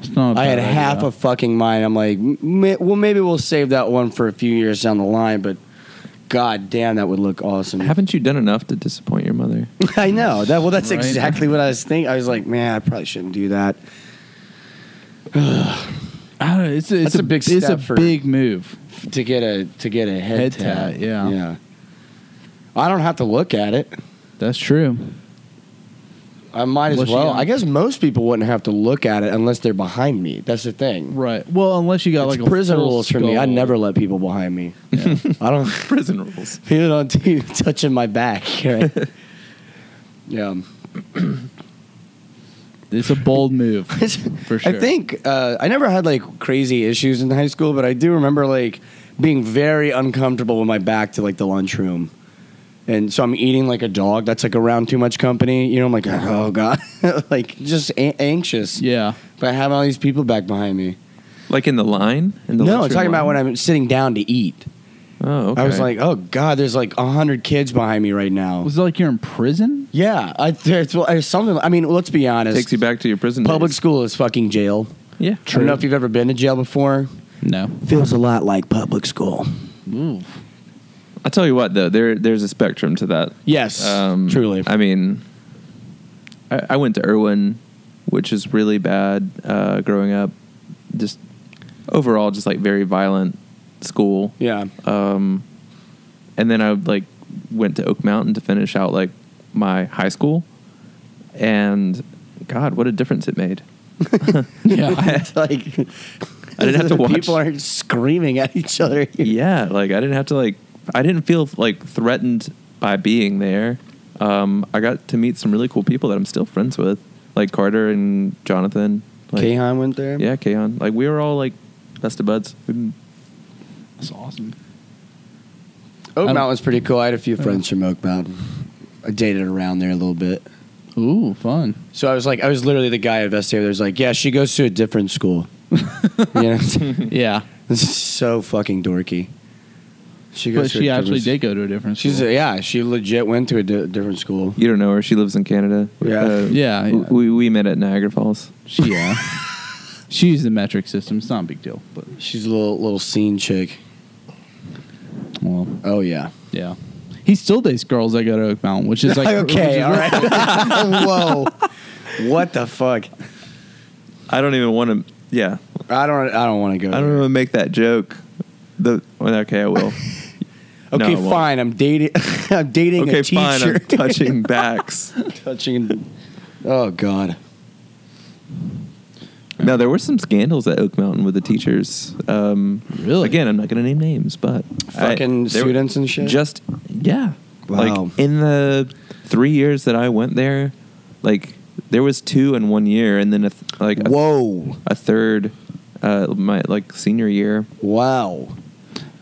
Speaker 3: It's not a
Speaker 2: I had
Speaker 3: bad
Speaker 2: half
Speaker 3: idea.
Speaker 2: a fucking mind. I'm like, m- ma- well, maybe we'll save that one for a few years down the line, but. God damn, that would look awesome.
Speaker 1: Haven't you done enough to disappoint your mother?
Speaker 2: I know that. Well, that's
Speaker 3: Right.
Speaker 2: exactly what I was thinking. I was like, man, I probably shouldn't do that.
Speaker 3: I don't know. It's, it's
Speaker 2: That's a big
Speaker 3: It's a
Speaker 2: step for-
Speaker 3: big move.
Speaker 2: to get a to get a head,
Speaker 3: Head
Speaker 2: tat.
Speaker 3: tat, yeah.
Speaker 2: yeah. I don't have to look at it.
Speaker 3: That's true.
Speaker 2: I might as
Speaker 3: Unless you
Speaker 2: well.
Speaker 3: got-
Speaker 2: I guess most people wouldn't have to look at it unless they're behind me. That's the thing.
Speaker 3: Right. Well, unless you got
Speaker 2: it's
Speaker 3: like a
Speaker 2: prison
Speaker 3: full
Speaker 2: rules for me. I
Speaker 3: skull.
Speaker 2: never let people behind me. I don't
Speaker 1: Prison rules.
Speaker 2: people don't do touching my back. Right? yeah.
Speaker 3: It's a bold move for sure.
Speaker 2: I think uh, I never had like crazy issues in high school, but I do remember like being very uncomfortable with my back to like the lunchroom. And so I'm eating like a dog that's like around too much company. You know, I'm like, oh God, like just a- anxious.
Speaker 3: Yeah.
Speaker 2: But I have all these people back behind me.
Speaker 1: Like in the line? In the
Speaker 2: no, I'm
Speaker 1: lunchroom
Speaker 2: talking about when
Speaker 1: line?
Speaker 2: I'm sitting down to eat.
Speaker 1: Oh, okay.
Speaker 2: I was like, oh God, there's like 100 kids behind me right now.
Speaker 3: Was it like you're in prison?
Speaker 2: yeah, I, there's, well, there's something. I mean, let's be honest.
Speaker 1: takes you back to your prison.
Speaker 2: Public
Speaker 1: days.
Speaker 2: school is fucking jail.
Speaker 1: Yeah.
Speaker 2: I don't know if you've ever been to jail before.
Speaker 3: No.
Speaker 2: feels a lot like public school.
Speaker 1: I'll tell you what though, there there's a spectrum to that.
Speaker 2: Yes,
Speaker 1: Um,
Speaker 2: truly.
Speaker 1: I mean, I, I went to Irwin, which is really bad uh, growing up. Just overall, just like very violent school.
Speaker 2: yeah,
Speaker 3: Uh,
Speaker 1: Um, and then I like went to Oak Mountain to finish out like my high school, and God, what a difference it made.
Speaker 3: Yeah.
Speaker 2: it's like
Speaker 1: I didn't have to watch.
Speaker 2: People aren't screaming at each other.
Speaker 1: yeah, like I didn't have to like I didn't feel like threatened by being there. Um, I got to meet some really cool people that I'm still friends with, like Carter and Jonathan. Like,
Speaker 2: Kahan went there.
Speaker 1: Yeah, Kahan. Like we were all like best of buds. We didn't-
Speaker 3: That's awesome.
Speaker 2: Oak
Speaker 3: I don't-
Speaker 2: Mountain's pretty cool. I had a
Speaker 3: uh,
Speaker 2: few friends from Oak Mountain. I dated around there a little bit.
Speaker 3: Ooh, fun.
Speaker 2: So I was like, I was literally the guy at Vestair. that was like, yeah, she goes to a different school. you know,
Speaker 3: Yeah.
Speaker 2: this is so fucking dorky. She
Speaker 3: But
Speaker 2: to
Speaker 3: she
Speaker 2: a
Speaker 3: actually
Speaker 2: different-
Speaker 3: did go to a different
Speaker 2: She's
Speaker 3: school.
Speaker 2: a, yeah, she legit went to a di- different school.
Speaker 1: You don't know her. She lives in Canada. Uh,
Speaker 2: Yeah.
Speaker 3: Yeah, yeah.
Speaker 1: We we met at Niagara Falls.
Speaker 3: she, yeah. she used the metric system. It's not a big deal, but
Speaker 2: She's a little little scene chick.
Speaker 3: well,
Speaker 2: Oh yeah.
Speaker 3: yeah. He still dates girls that go to Oak Mountain, which is like
Speaker 2: okay, all right. Whoa, what the fuck?
Speaker 1: I don't even want to. Yeah,
Speaker 2: I don't. I don't want to go.
Speaker 1: I don't
Speaker 2: there.
Speaker 1: want to make that joke. The well, okay, I will. No, I
Speaker 2: Okay,
Speaker 1: won't.
Speaker 2: fine. I'm dating. I'm dating
Speaker 1: Okay,
Speaker 2: a teacher.
Speaker 1: fine. I'm touching backs.
Speaker 2: touching. Oh god.
Speaker 1: Now there were some scandals at Oak Mountain with the teachers. Um,
Speaker 3: Really?
Speaker 1: Again, I'm not going to name names, but
Speaker 2: Fucking
Speaker 1: there were
Speaker 2: students and shit?
Speaker 1: Just yeah,
Speaker 2: Wow.
Speaker 1: like in the three years that I went there, like there was two in one year, and then a th- like a,
Speaker 2: Whoa.
Speaker 1: a third, uh, my like senior year.
Speaker 2: Wow.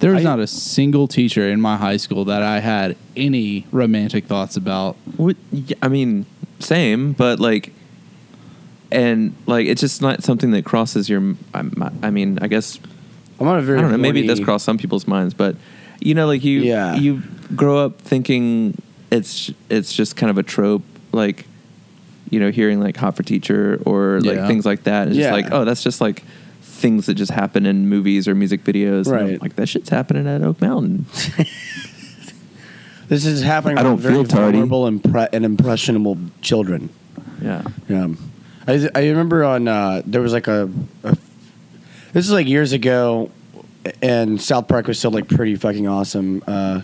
Speaker 3: There was
Speaker 2: I-
Speaker 3: not a single teacher in my high school that I had any romantic thoughts about.
Speaker 1: What y- I mean, same, but like, and like it's just not something that crosses your. I, my- I mean, I guess
Speaker 2: I'm on a very.
Speaker 1: I don't know. Maybe it does
Speaker 2: horny-
Speaker 1: cross some people's minds, but you know, like you,
Speaker 2: Yeah.
Speaker 1: you grow up thinking it's it's just kind of a trope, like you know, hearing like "hot for teacher" or like
Speaker 3: Yeah.
Speaker 1: things like that. It's
Speaker 2: Yeah.
Speaker 1: just like, oh, that's just like things that just happen in movies or music videos. And I'm
Speaker 2: Right.
Speaker 1: like that shit's happening at Oak Mountain.
Speaker 2: This is happening.
Speaker 1: I
Speaker 2: with
Speaker 1: don't
Speaker 2: very
Speaker 1: feel tardy.
Speaker 2: vulnerable and, pre- and impressionable children.
Speaker 1: yeah,
Speaker 2: Yeah. I, I remember on uh, there was like a, a this is like years ago, and South Park was still like pretty fucking awesome. Uh,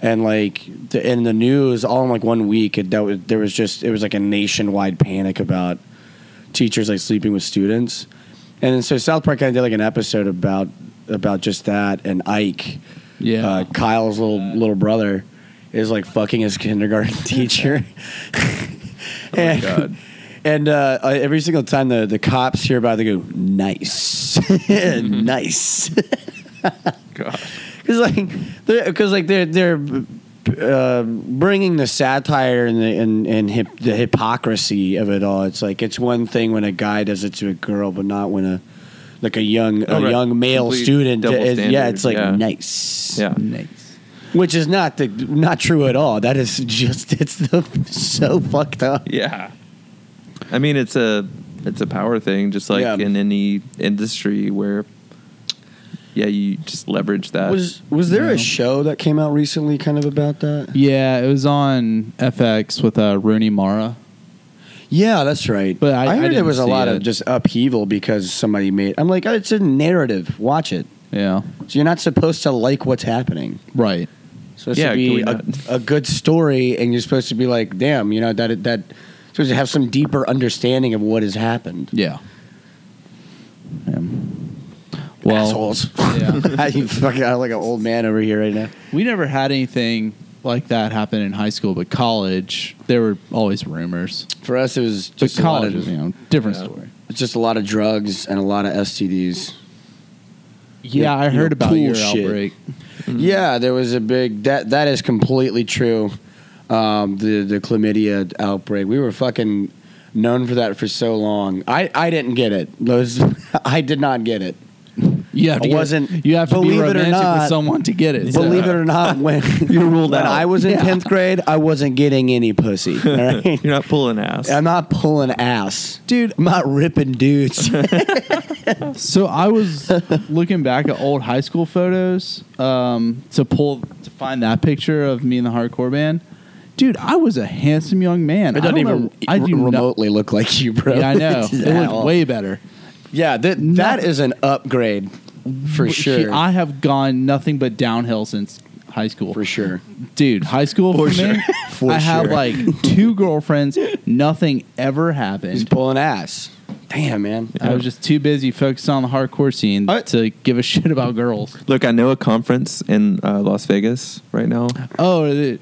Speaker 2: and like the, in the news, all in like one week, it, that was, there was just it was like a nationwide panic about teachers like sleeping with students, and then so South Park kind of did like an episode about about just that and Ike
Speaker 3: Yeah.
Speaker 2: uh, Kyle's little little brother is like fucking his kindergarten teacher. and,
Speaker 1: Oh God.
Speaker 2: And uh, uh, every single time the, the cops hear about it, they go, nice.
Speaker 1: Mm-hmm.
Speaker 2: nice.
Speaker 1: God.
Speaker 2: Because like, because like they're they're uh, bringing the satire and the and, and hip, the hypocrisy of it all. It's like it's one thing when a guy does it to a girl, but not when a like a young a
Speaker 1: Oh, right.
Speaker 2: young male
Speaker 1: Complete
Speaker 2: student.
Speaker 1: double
Speaker 2: is- yeah,
Speaker 1: standard,
Speaker 2: it's like
Speaker 1: yeah.
Speaker 2: nice.
Speaker 1: yeah.
Speaker 3: Nice.
Speaker 2: Which is not the not true at all. That is just it's the, so fucked up.
Speaker 1: Yeah. I mean, it's a it's a power thing, just like
Speaker 2: Yeah.
Speaker 1: in any industry where, yeah, you just leverage that.
Speaker 2: Was was there
Speaker 3: Yeah.
Speaker 2: a show that came out recently kind of about that?
Speaker 3: Yeah, it was on FX with uh, Rooney Mara.
Speaker 2: Yeah, that's right.
Speaker 3: But I- I
Speaker 2: heard there
Speaker 3: didn't
Speaker 2: was a
Speaker 3: see
Speaker 2: lot of
Speaker 3: it.
Speaker 2: just upheaval because somebody made. I'm like, oh, it's a narrative. Watch it.
Speaker 3: Yeah.
Speaker 2: So you're not supposed to like what's happening.
Speaker 3: Right.
Speaker 2: So it's
Speaker 1: Yeah, can
Speaker 2: supposed to
Speaker 1: we
Speaker 2: be a,
Speaker 1: not?
Speaker 2: a good story, and you're supposed to be like, damn, you know that that supposed to have some deeper understanding of what has happened.
Speaker 3: Yeah. Yeah. Well,
Speaker 2: Assholes.
Speaker 3: Yeah.
Speaker 2: you fucking I'm like an old man over here right now.
Speaker 3: we never had anything like that happen in high school, but college there were always rumors.
Speaker 2: For us, it was
Speaker 3: But
Speaker 2: just a lot
Speaker 3: college is,
Speaker 2: of,
Speaker 3: you know, different
Speaker 1: Yeah.
Speaker 3: story.
Speaker 2: it's just a lot of drugs and a lot of STDs.
Speaker 3: Yeah,
Speaker 2: Your-
Speaker 3: I
Speaker 2: your
Speaker 3: heard about
Speaker 2: pool
Speaker 3: your
Speaker 2: shit.
Speaker 3: outbreak. Mm-hmm.
Speaker 2: Yeah, there was a big that that is completely true. Um, the the chlamydia outbreak. We were fucking known for that for so long. I, I didn't get it. Those, I did not get it.
Speaker 3: You have to
Speaker 2: I
Speaker 3: get-
Speaker 2: wasn't-
Speaker 3: you have to be
Speaker 2: believe it or
Speaker 3: romantic
Speaker 2: not-
Speaker 3: with someone to get it.
Speaker 2: Believe it or not, when
Speaker 1: You're ruled
Speaker 2: when
Speaker 1: out.
Speaker 2: I was in
Speaker 3: Yeah.
Speaker 2: tenth grade, I wasn't getting any pussy. All right?
Speaker 1: You're not pulling ass.
Speaker 2: I'm not pulling ass, dude. I'm not ripping dudes.
Speaker 3: So I was looking back at old high school photos um, to pull to find that picture of me in the hardcore band. Dude, I was a handsome young man.
Speaker 2: It doesn't
Speaker 3: I don't
Speaker 2: even
Speaker 3: know- I do
Speaker 2: r-
Speaker 3: not-
Speaker 2: remotely look like you, bro.
Speaker 3: Yeah, I know. it
Speaker 2: At
Speaker 3: was
Speaker 2: all.
Speaker 3: way better.
Speaker 2: yeah, that that is an upgrade for
Speaker 3: But
Speaker 2: sure.
Speaker 3: I have gone nothing but downhill since high school.
Speaker 2: for sure.
Speaker 3: Dude, high school for, me,
Speaker 2: For
Speaker 3: I had
Speaker 2: sure.
Speaker 3: like two girlfriends. Nothing ever
Speaker 2: He's
Speaker 3: happened.
Speaker 2: pulling ass. Damn, man.
Speaker 3: I was just too busy focused on the hardcore scene
Speaker 2: I-
Speaker 3: to give a shit about girls.
Speaker 1: Look, I know a conference in uh, Las Vegas right now.
Speaker 3: Oh, the-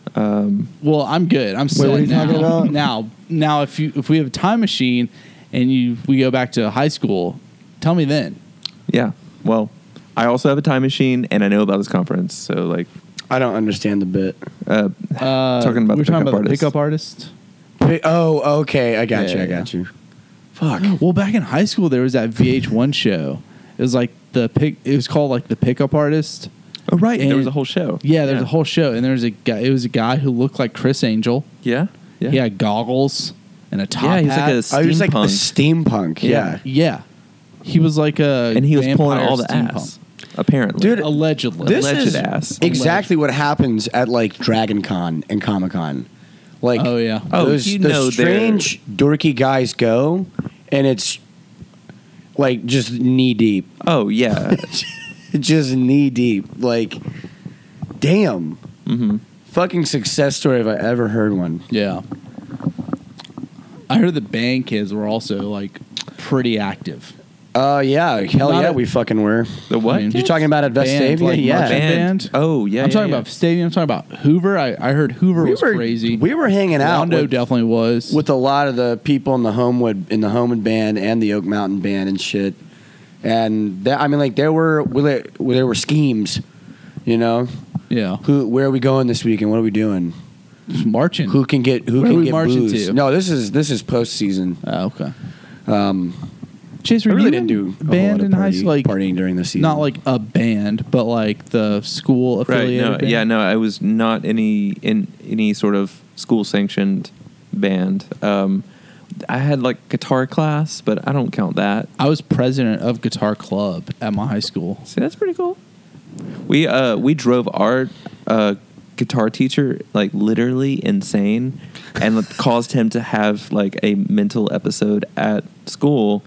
Speaker 3: well, I'm good. I'm set
Speaker 2: what are you
Speaker 3: now.
Speaker 2: talking about?
Speaker 3: Now, now, if you if we have a time machine and you we go back to high school, tell me then.
Speaker 1: Yeah. Well, I also have a time machine, and I know about this conference. So, like,
Speaker 2: I don't understand the bit.
Speaker 1: uh,
Speaker 3: Uh,
Speaker 1: Talking about the
Speaker 3: we're talking
Speaker 1: pickup
Speaker 3: about the
Speaker 1: artist.
Speaker 3: pickup artist.
Speaker 2: Oh, okay. I got
Speaker 3: Yeah,
Speaker 2: you. I
Speaker 3: yeah.
Speaker 2: got you. Oh, Fuck.
Speaker 3: Well, back in high school, there was that VH1 show. It was like the pick. It was called like the pickup artist.
Speaker 1: oh right,
Speaker 3: And-
Speaker 1: there was a whole show.
Speaker 3: Yeah, there's was a whole show, and there was a guy. It was a guy who looked like Chris Angel.
Speaker 1: Yeah. Yeah.
Speaker 3: He had goggles and a top
Speaker 1: Yeah, he's like
Speaker 3: hat.
Speaker 1: a
Speaker 2: I was like the steampunk. Yeah.
Speaker 1: Yeah.
Speaker 3: yeah, he was like a
Speaker 1: and he was pulling
Speaker 3: vampire
Speaker 1: all the
Speaker 3: steampunk.
Speaker 1: ass. Apparently,
Speaker 2: Dude,
Speaker 3: allegedly.
Speaker 2: This
Speaker 1: Alleged
Speaker 2: is
Speaker 1: ass.
Speaker 2: exactly what happens at like Dragon Con and Comic Con. Like,
Speaker 3: Oh, yeah.
Speaker 1: Oh,
Speaker 2: those,
Speaker 1: you
Speaker 2: those
Speaker 1: know they're-
Speaker 2: strange dorky guys go, and it's like just knee deep,
Speaker 1: Oh yeah.
Speaker 2: just knee deep. Like, damn,
Speaker 1: mm-hmm.
Speaker 2: fucking success story if I ever heard one.
Speaker 3: Yeah. I heard the band kids were also like pretty active.
Speaker 2: Oh yeah, hell
Speaker 3: Not
Speaker 2: yeah,
Speaker 3: a-
Speaker 2: we fucking were.
Speaker 1: The what?
Speaker 3: I mean,
Speaker 2: You're talking about at Vestavia?
Speaker 3: Band, like
Speaker 2: Yeah.
Speaker 3: marching
Speaker 1: Band.
Speaker 3: band.
Speaker 1: Oh yeah.
Speaker 3: I'm
Speaker 1: yeah,
Speaker 3: talking
Speaker 1: yeah.
Speaker 3: about Stadium. I'm talking about Hoover. I, I heard Hoover was crazy.
Speaker 2: We were hanging out
Speaker 3: Rondo
Speaker 2: with,
Speaker 3: definitely was.
Speaker 2: with a lot of the people in the Homewood in the Homewood band and the Oak Mountain band and shit. And that, I mean, like there were well, there there were schemes, you know.
Speaker 3: yeah,
Speaker 2: Who where are we going this week and what are we doing?
Speaker 3: just marching.
Speaker 2: Who can get who
Speaker 3: Where
Speaker 2: can
Speaker 3: we
Speaker 2: get
Speaker 3: marching
Speaker 2: booze?
Speaker 3: to?
Speaker 2: No, this is this is postseason.
Speaker 3: Oh, okay.
Speaker 2: Um,
Speaker 3: Chase,
Speaker 2: I
Speaker 3: were
Speaker 2: really
Speaker 3: you
Speaker 2: didn't
Speaker 3: in
Speaker 2: do a
Speaker 3: band
Speaker 2: whole lot of
Speaker 3: in high
Speaker 2: party-
Speaker 3: school. Like
Speaker 2: partying during the season.
Speaker 3: not like a band, but like the school
Speaker 1: right.
Speaker 3: affiliated.
Speaker 1: No.
Speaker 3: band?
Speaker 1: Yeah. No. I was not any in any sort of school sanctioned band. Um, I had like guitar class, but I don't count that.
Speaker 3: I was president of guitar club at my high school.
Speaker 1: See, that's pretty cool. We uh we drove our uh guitar teacher like literally insane and caused him to have like a mental episode at school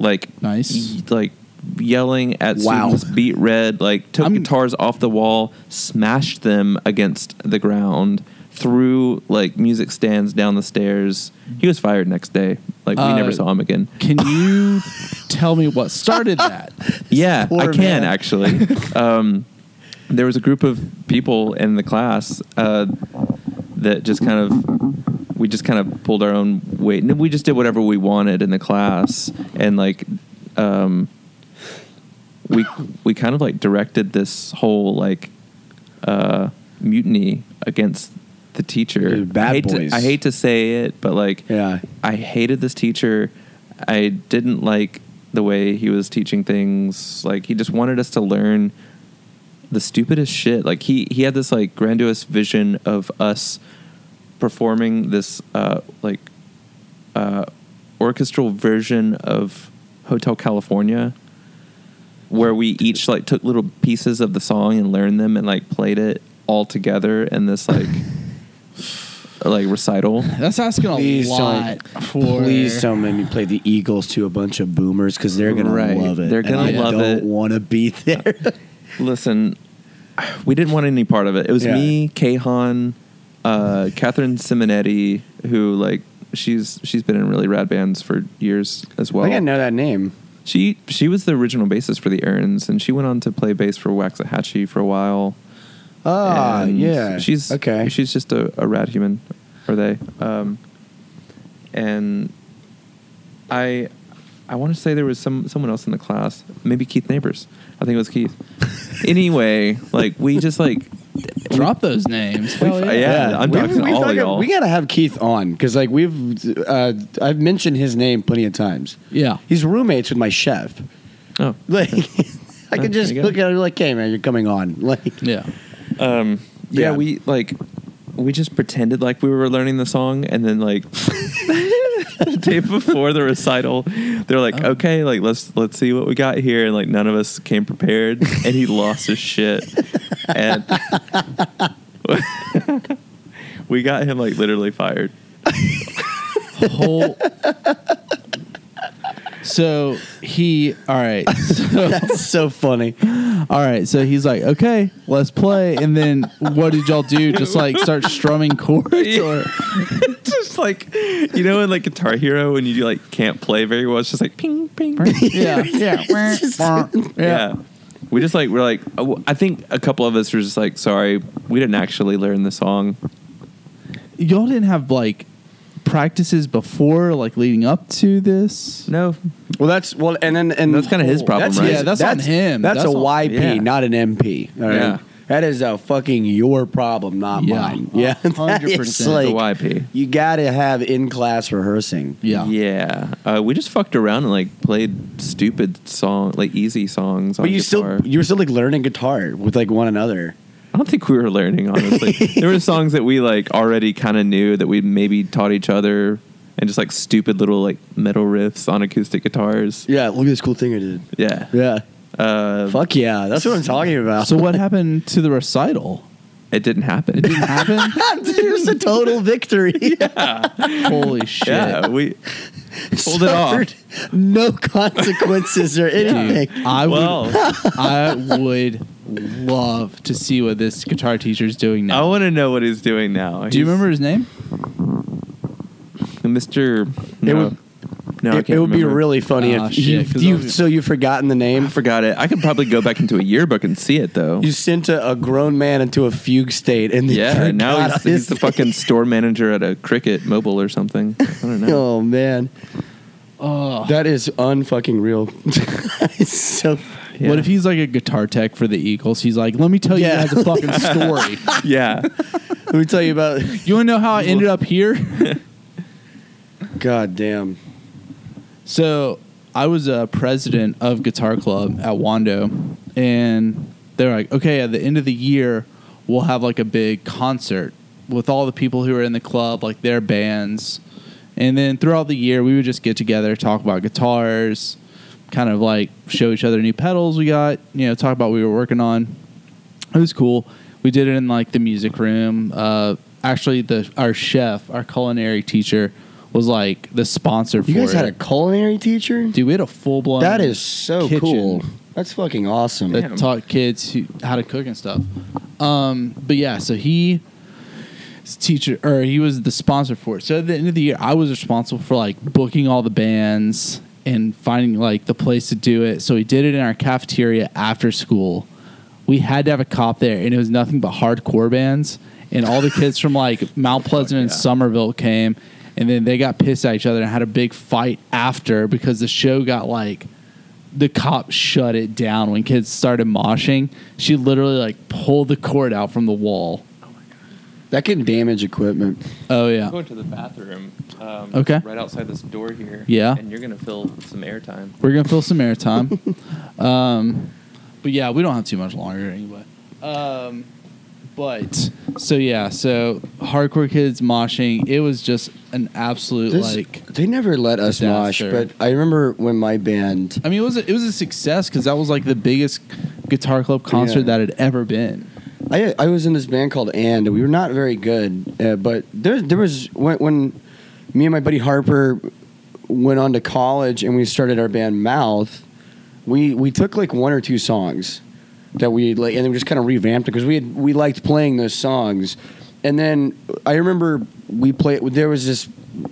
Speaker 1: like
Speaker 3: Nice.
Speaker 1: y- like yelling at
Speaker 2: Wow.
Speaker 1: students beat red like took
Speaker 3: I'm-
Speaker 1: guitars off the wall smashed them against the ground threw like music stands down the stairs he was fired next day like we
Speaker 3: Uh,
Speaker 1: never saw him again
Speaker 3: Can you tell me what started that?
Speaker 1: yeah,
Speaker 2: Poor
Speaker 1: I
Speaker 2: man.
Speaker 1: can actually. um, there was a group of people in the class uh, that just kind of we just kind of pulled our own weight, and we just did whatever we wanted in the class, and like um, we we kind of like directed this whole like uh, mutiny against the teacher.
Speaker 2: Dude, bad
Speaker 1: I hate
Speaker 2: boys.
Speaker 1: To, I hate to say it, but like
Speaker 2: Yeah.
Speaker 1: I hated this teacher. I didn't like the way he was teaching things. Like he just wanted us to learn the stupidest shit. Like he he had this like grandiose vision of us performing this uh like uh orchestral version of Hotel California where we each like took little pieces of the song and learned them and like played it all together in this like like recital.
Speaker 3: That's asking a
Speaker 2: Please don't-
Speaker 3: lot for.
Speaker 2: Please don't make me play the Eagles to a bunch of boomers because they're gonna
Speaker 1: Right.
Speaker 2: love it.
Speaker 1: They're
Speaker 2: and
Speaker 1: gonna
Speaker 2: I
Speaker 1: love
Speaker 2: don't
Speaker 1: it.
Speaker 2: Want to be there?
Speaker 1: Listen, we didn't want any part of it. It was
Speaker 2: Yeah.
Speaker 1: me, Kahan, uh, Catherine Simonetti, who like she's she's been in really rad bands for years as well.
Speaker 2: I didn't know that name.
Speaker 1: She she was the original bassist for the Errands, and she went on to play bass for Waxahachie for a while.
Speaker 2: Ah,
Speaker 1: And
Speaker 2: yeah.
Speaker 1: She's
Speaker 2: okay.
Speaker 1: She's just a, a rad human, are they? Um, and I, I want to say there was some someone else in the class, maybe Keith Neighbors. I think it was Keith. anyway, like we just like,
Speaker 3: drop those names. Hell
Speaker 1: We've- uh,
Speaker 3: yeah.
Speaker 1: yeah. I'm
Speaker 2: We've-
Speaker 1: talking to
Speaker 2: we've
Speaker 1: all of
Speaker 2: gotta-
Speaker 1: y'all.
Speaker 2: Oh, We gotta have Keith on because like we've uh, I've mentioned his name plenty of times.
Speaker 3: Yeah.
Speaker 2: He's roommates with my chef.
Speaker 1: oh,
Speaker 2: Like I
Speaker 1: there
Speaker 2: could just
Speaker 1: you go.
Speaker 2: look at him like, hey man, you're coming on. Like
Speaker 3: Yeah.
Speaker 1: um, yeah,
Speaker 2: Yeah.
Speaker 1: we like. We just pretended like we were learning the song, and then like the day before the recital, they're like,
Speaker 3: Oh.
Speaker 1: "Okay, like let's let's see what we got here," and like none of us came prepared, and he lost his shit, and we got him like literally fired.
Speaker 3: Whole. so he. All right. So,
Speaker 2: that's so funny.
Speaker 3: all right. So he's like, okay, let's play. And then what did y'all do? Just like start strumming chords? Or
Speaker 1: just like you know, in like Guitar Hero, when you like can't play very well, it's just like ping ping. ping.
Speaker 3: yeah, yeah, yeah.
Speaker 1: yeah. We just like we're like oh, I think a couple of us were just like sorry we didn't actually learn the song
Speaker 3: Y'all didn't have like practices before, like leading up to this.
Speaker 1: no
Speaker 2: Well, that's well, and then and
Speaker 1: That's kinda his problem, right?
Speaker 3: Yeah, that's on him.
Speaker 2: That's,
Speaker 3: That's
Speaker 2: a
Speaker 3: on-
Speaker 2: YP,
Speaker 1: yeah.
Speaker 2: not an MP. All right?
Speaker 1: Yeah.
Speaker 2: That is a fucking your problem, not
Speaker 3: Yeah.
Speaker 2: mine. Yeah, that is
Speaker 3: 100%
Speaker 1: the
Speaker 2: like-
Speaker 1: YP
Speaker 2: You gotta have in class rehearsing.
Speaker 3: Yeah,
Speaker 1: Yeah. Uh, we just fucked around and like played stupid song, like easy songs on
Speaker 2: But you
Speaker 1: guitar.
Speaker 2: still you were still like learning guitar with like one another.
Speaker 1: I don't think we were learning honestly. there were songs that we like already kind of knew that we maybe taught each other and just like stupid little like metal riffs on acoustic guitars.
Speaker 2: Yeah, look at this cool thing I did.
Speaker 1: Yeah.
Speaker 2: Yeah.
Speaker 1: Uh,
Speaker 2: Fuck yeah. That's what I'm talking about.
Speaker 3: So what happened to the recital?
Speaker 1: it didn't happen.
Speaker 3: It didn't happen.
Speaker 2: Here's a total victory.
Speaker 3: Holy shit!
Speaker 1: yeah, we pulled it
Speaker 2: Suffered
Speaker 1: off.
Speaker 2: No consequences or anything.
Speaker 3: Dude, I would,
Speaker 1: Well,
Speaker 3: I would love to see what this guitar teacher is doing
Speaker 1: I
Speaker 3: now.
Speaker 1: want to know what he's doing now.
Speaker 3: Do you
Speaker 1: Oh, He's-
Speaker 3: remember his name?
Speaker 1: Mr.
Speaker 2: It
Speaker 1: No,
Speaker 2: would-
Speaker 1: no, I
Speaker 2: it,
Speaker 1: can't
Speaker 2: it would be
Speaker 1: remember.
Speaker 2: really funny
Speaker 3: Ah,
Speaker 2: if
Speaker 3: shit,
Speaker 2: you,
Speaker 3: 'cause
Speaker 2: you-
Speaker 3: I'll be-
Speaker 2: so you've forgotten the
Speaker 1: I
Speaker 2: name.
Speaker 1: forgot it. I could probably go back into a yearbook and see it though.
Speaker 2: You sent a, a grown man into a fugue state and then
Speaker 1: Yeah,
Speaker 2: forgot
Speaker 1: now he's,
Speaker 2: his
Speaker 1: he's the fucking store manager at a Cricket Mobile or something. I don't know.
Speaker 2: Oh man.
Speaker 3: Oh,
Speaker 2: That is unfucking real. it's so
Speaker 1: Yeah.
Speaker 3: What if he's like a guitar tech for the Eagles? He's like, let me tell
Speaker 2: Yeah.
Speaker 3: you guys a fucking story.
Speaker 1: Yeah,
Speaker 2: Let me tell you about
Speaker 3: You want to know how I ended up here?
Speaker 2: God damn.
Speaker 3: So I was a president of Guitar Club at Wando, and they're like, okay, at the end of the year, we'll have like a big concert with all the people who are in the club, like their bands. And then throughout the year, we would just get together, talk about guitars, kind of like show each other new pedals we got, you know, talk about what we were working on. It was cool. We did it in like the music room. Uh, actually, the our chef, our culinary teacher, was like the sponsor for
Speaker 2: You guys
Speaker 3: it.
Speaker 2: had a culinary teacher?
Speaker 3: Dude, we had a full blown.
Speaker 2: that is so
Speaker 3: kitchen
Speaker 2: cool. That's fucking awesome.
Speaker 3: That
Speaker 1: Damn.
Speaker 3: taught kids who, how to cook and stuff. Um, but yeah, so he, his teacher, or he was the sponsor for it. So at the end of the year, I was responsible for like booking all the bands and finding like the place to do it. So we did it in our cafeteria after school. We had to have a cop there, and it was nothing but hardcore bands. And all the kids from like Mount Pleasant and
Speaker 1: yeah.
Speaker 3: Somerville came, and then they got pissed at each other and had a big fight after because the show got like the cop shut it down when kids started moshing. She literally like pulled the cord out from the wall.
Speaker 2: That can damage equipment.
Speaker 3: Oh yeah.
Speaker 1: to the bathroom. Um,
Speaker 3: Okay.
Speaker 1: Right outside this door here.
Speaker 3: Yeah. and
Speaker 1: you're gonna fill some airtime.
Speaker 3: We're gonna fill some air time. um, but yeah, we don't have too much longer anyway. Um, but so yeah, so hardcore kids moshing. It was just an absolute
Speaker 2: This-
Speaker 3: like.
Speaker 2: they never let us
Speaker 3: Disaster.
Speaker 2: mosh, but I remember when my band
Speaker 3: I mean, it was a, it was a success because that was like the biggest guitar club concert
Speaker 2: Yeah.
Speaker 3: that had ever been.
Speaker 2: I I was in this band called And. We were not very good, uh, but there there was when, when me and my buddy Harper went on to college and we started our band Mouth. We we took like one or two songs that we like, and then we just kind of revamped it because we had we liked playing those songs. And then I remember we played. There was this.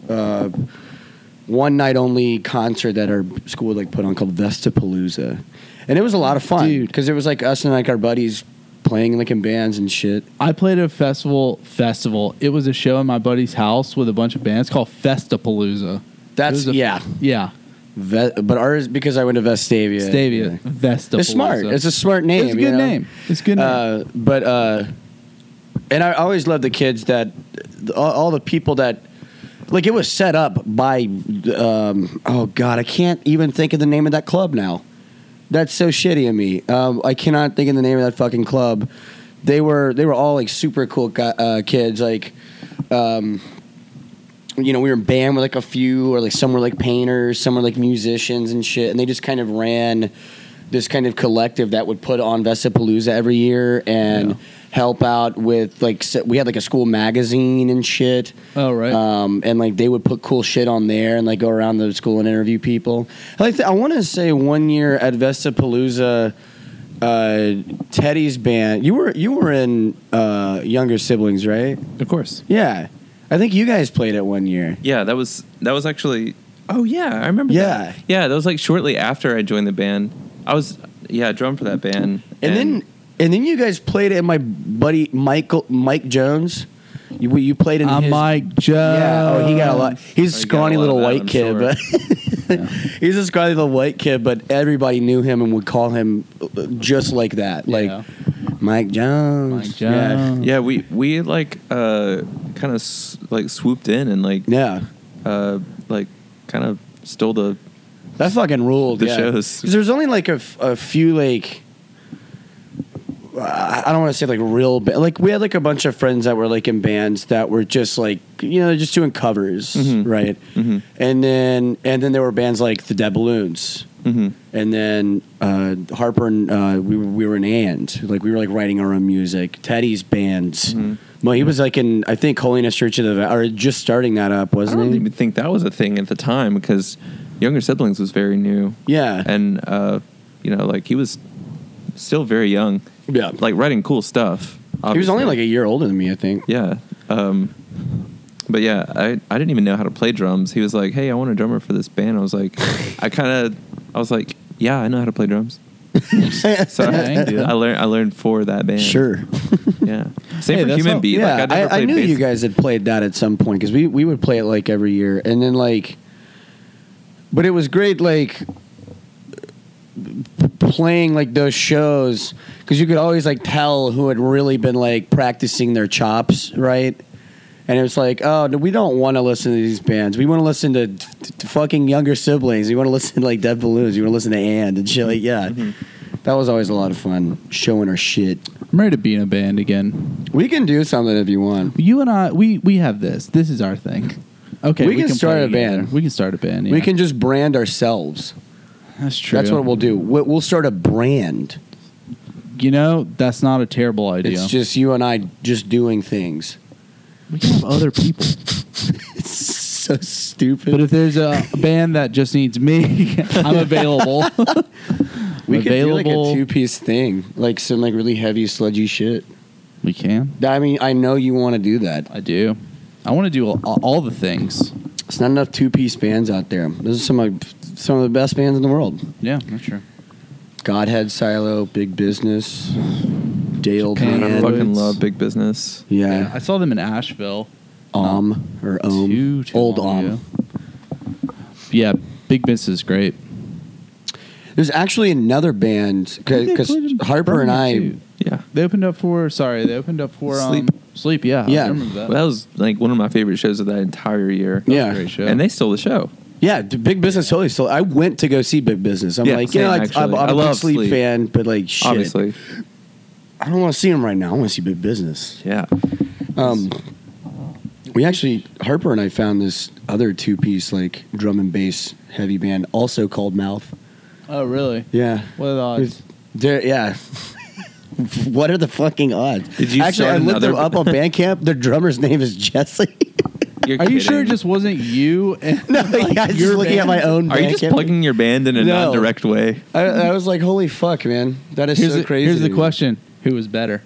Speaker 2: Uh, one night only concert that our school would like put on called Vestapalooza, and it was a lot of fun
Speaker 3: Dude.
Speaker 2: because it was like us and like our buddies playing like in bands and shit.
Speaker 3: I played at a festival. Festival. It was a show in my buddy's house with a bunch of bands called Festapalooza.
Speaker 2: That's
Speaker 3: It was a-
Speaker 2: yeah,
Speaker 3: Yeah,
Speaker 2: Ve- but ours because I went to Vestavia.
Speaker 3: Stavia. Vestapalooza.
Speaker 2: It's smart. It's a smart name.
Speaker 3: It's a good
Speaker 2: you know?
Speaker 3: name. It's a good name.
Speaker 2: Uh, but uh, and I always love the kids that all, all the people that like it was set up by um, oh god I can't even think of the name of that club now. That's so shitty of me. Um, I cannot think of the name of that fucking club. They were they were all like super cool gu uh, kids like. Um, you know, we were in band with like a few, or like some were like painters, some were like musicians and shit, and they just kind of ran this kind of collective that would put on Vesapalooza every year and
Speaker 3: Yeah.
Speaker 2: help out with like se- we had like a school magazine and shit.
Speaker 3: oh right.
Speaker 2: Um, and like they would put cool shit on there and like go around the school and interview people. I like to- I want to say one year at Vestapalooza, uh, Teddy's band. You were you were in uh, younger siblings, right?
Speaker 3: of course.
Speaker 2: Yeah, I think you guys played it one year.
Speaker 1: Yeah, that was that was actually. Oh yeah, I remember.
Speaker 2: Yeah.
Speaker 1: that. yeah, that was like shortly after I joined the band. I was yeah, drum for that band,
Speaker 2: And, then and then you guys played it. My buddy Michael Mike Jones, you you played in
Speaker 3: I'm
Speaker 2: his,
Speaker 3: Mike Jones.
Speaker 2: Yeah, oh, he got a lot. He's a
Speaker 1: Oh, he got
Speaker 2: scrawny
Speaker 1: a lot
Speaker 2: little
Speaker 1: of that,
Speaker 2: white
Speaker 1: I'm
Speaker 2: kid,
Speaker 1: sure.
Speaker 2: but he's a scrawny little white kid. But everybody knew him and would call him uh, just like that, like
Speaker 3: Yeah.
Speaker 2: Mike Jones.
Speaker 3: Mike Jones.
Speaker 1: yeah, we we like uh kind of s- like swooped in and like
Speaker 2: Yeah. yeah.
Speaker 1: uh like kind of stole the
Speaker 2: That fucking ruled.
Speaker 1: The
Speaker 2: yeah.
Speaker 1: shows.
Speaker 2: 'Cause there's only like a, f- a few like. I I don't want to say like real, ba- like we had like a bunch of friends that were like in bands that were just like you know just doing covers,
Speaker 1: Mhm.
Speaker 2: right?
Speaker 1: Mhm.
Speaker 2: And then and then there were bands like the Dead Balloons,
Speaker 1: mhm.
Speaker 2: and then uh, Harper and uh, we were, we were in and like we were like writing our own music. Teddy's bands,
Speaker 1: Mm-hmm.
Speaker 2: well he was like in I think Holiness Church of the Va- or just starting that up,
Speaker 1: I
Speaker 2: wasn't
Speaker 1: don't
Speaker 2: he?
Speaker 1: even think that was a thing at the time because younger siblings was very new.
Speaker 2: yeah,
Speaker 1: and uh, you know, like he was still very young,
Speaker 2: yeah.
Speaker 1: like writing cool stuff.
Speaker 2: he was only
Speaker 1: obviously.
Speaker 2: like a year older than me, I think.
Speaker 1: yeah, um, but yeah, I I didn't even know how to play drums. He was like, "Hey, I want a drummer for this band." I was like, I kind of, I was like, "Yeah, I know how to play drums." so
Speaker 3: Yeah, I can do that.
Speaker 1: I learned I learned for that band.
Speaker 2: Sure.
Speaker 1: yeah. Same
Speaker 3: Hey,
Speaker 1: for
Speaker 3: that's
Speaker 1: Human
Speaker 3: how-
Speaker 1: Beat.
Speaker 2: Yeah,
Speaker 1: like, I,
Speaker 2: I,
Speaker 1: never
Speaker 2: I,
Speaker 1: played
Speaker 2: knew
Speaker 1: bass.
Speaker 2: you guys had played that at some point because we, we would play it like every year. And then, like, but it was great, like, playing like those shows because you could always like tell who had really been like practicing their chops, right? And it was like, oh, no, we don't want to listen to these bands. We want to listen to, to fucking younger siblings. We want to listen to like Dead Balloons. You want to listen to And and shit. Like, yeah,
Speaker 1: Mm-hmm.
Speaker 2: that was always a lot of fun showing our shit.
Speaker 3: I'm ready to be in a band again.
Speaker 2: We can do something if you want.
Speaker 3: You and I, we we have this. This is our thing. Okay,
Speaker 2: We can start
Speaker 3: play
Speaker 2: a
Speaker 3: together.
Speaker 2: band.
Speaker 3: We can start a band. Yeah.
Speaker 2: We can just brand ourselves.
Speaker 3: That's true.
Speaker 2: That's what we'll do. We- We'll start a brand.
Speaker 3: You know, that's not a terrible idea.
Speaker 2: It's just you and I just doing things.
Speaker 3: we can have other people.
Speaker 2: It's so stupid.
Speaker 3: But if there's a band that just needs me, I'm available.
Speaker 2: we could do like a
Speaker 3: available-
Speaker 2: two-piece thing, like some like really heavy sludgy shit.
Speaker 3: we can.
Speaker 2: I mean, I know you want to do that.
Speaker 3: I do. I want to do all, all the things.
Speaker 2: It's not enough two-piece bands out there. Those are some of some of the best bands in the world.
Speaker 3: Yeah, that's true.
Speaker 2: Godhead Silo, Big Business, Dale
Speaker 3: Man,
Speaker 1: Man, I
Speaker 2: Band,
Speaker 1: fucking
Speaker 3: Woods.
Speaker 1: love big business.
Speaker 2: yeah,
Speaker 3: I saw them in Asheville.
Speaker 2: Om or Om,
Speaker 3: Too, too
Speaker 2: old
Speaker 3: long
Speaker 2: Om.
Speaker 3: ago. Yeah, Big Miss is great.
Speaker 2: There's actually another band
Speaker 3: They
Speaker 2: because
Speaker 3: played in
Speaker 2: Harper and I.
Speaker 3: Birmingham, too.
Speaker 1: Yeah.
Speaker 3: They opened up for sorry, they opened up for
Speaker 1: Sleep.
Speaker 3: um, sleep. Yeah,
Speaker 2: Yeah.
Speaker 3: I remember that.
Speaker 1: Well, that was like one of my favorite shows of that entire year.
Speaker 3: That was a
Speaker 2: yeah.
Speaker 3: great show.
Speaker 1: And they stole the show.
Speaker 2: Yeah, d- Big Business totally still. I went to go see Big Business. I'm
Speaker 1: Yeah,
Speaker 2: like, you
Speaker 1: same,
Speaker 2: know, I, I'm,
Speaker 1: actually.
Speaker 2: I'm a
Speaker 1: I
Speaker 2: big
Speaker 1: love
Speaker 2: sleep,
Speaker 1: Sleep.
Speaker 2: fan, but like, shit,
Speaker 1: Obviously.
Speaker 2: I don't want to see him right now. I want to see Big Business.
Speaker 1: Yeah.
Speaker 2: Um, we actually Harper and I found this other two piece like drum and bass heavy band also called Mouth.
Speaker 3: oh really?
Speaker 2: Yeah,
Speaker 3: What are the odds?
Speaker 2: It's- they're- yeah, what are the fucking odds?
Speaker 1: Did you
Speaker 2: Actually,
Speaker 1: start
Speaker 2: I looked
Speaker 1: another-
Speaker 2: them up on Bandcamp. Their drummer's name is Jesse.
Speaker 1: You're
Speaker 3: Are
Speaker 1: kidding.
Speaker 3: you sure it just wasn't you? And
Speaker 2: no, yeah, I was just
Speaker 3: your
Speaker 2: looking at my own.
Speaker 1: Are you just
Speaker 2: Bandcamp.
Speaker 1: plugging your band in a
Speaker 2: No.
Speaker 1: non-direct way?
Speaker 2: I, I was like, holy fuck, man, that is
Speaker 3: here's,
Speaker 2: so
Speaker 3: the,
Speaker 2: crazy.
Speaker 3: here's
Speaker 2: to
Speaker 3: the
Speaker 2: me.
Speaker 3: question: Who was better?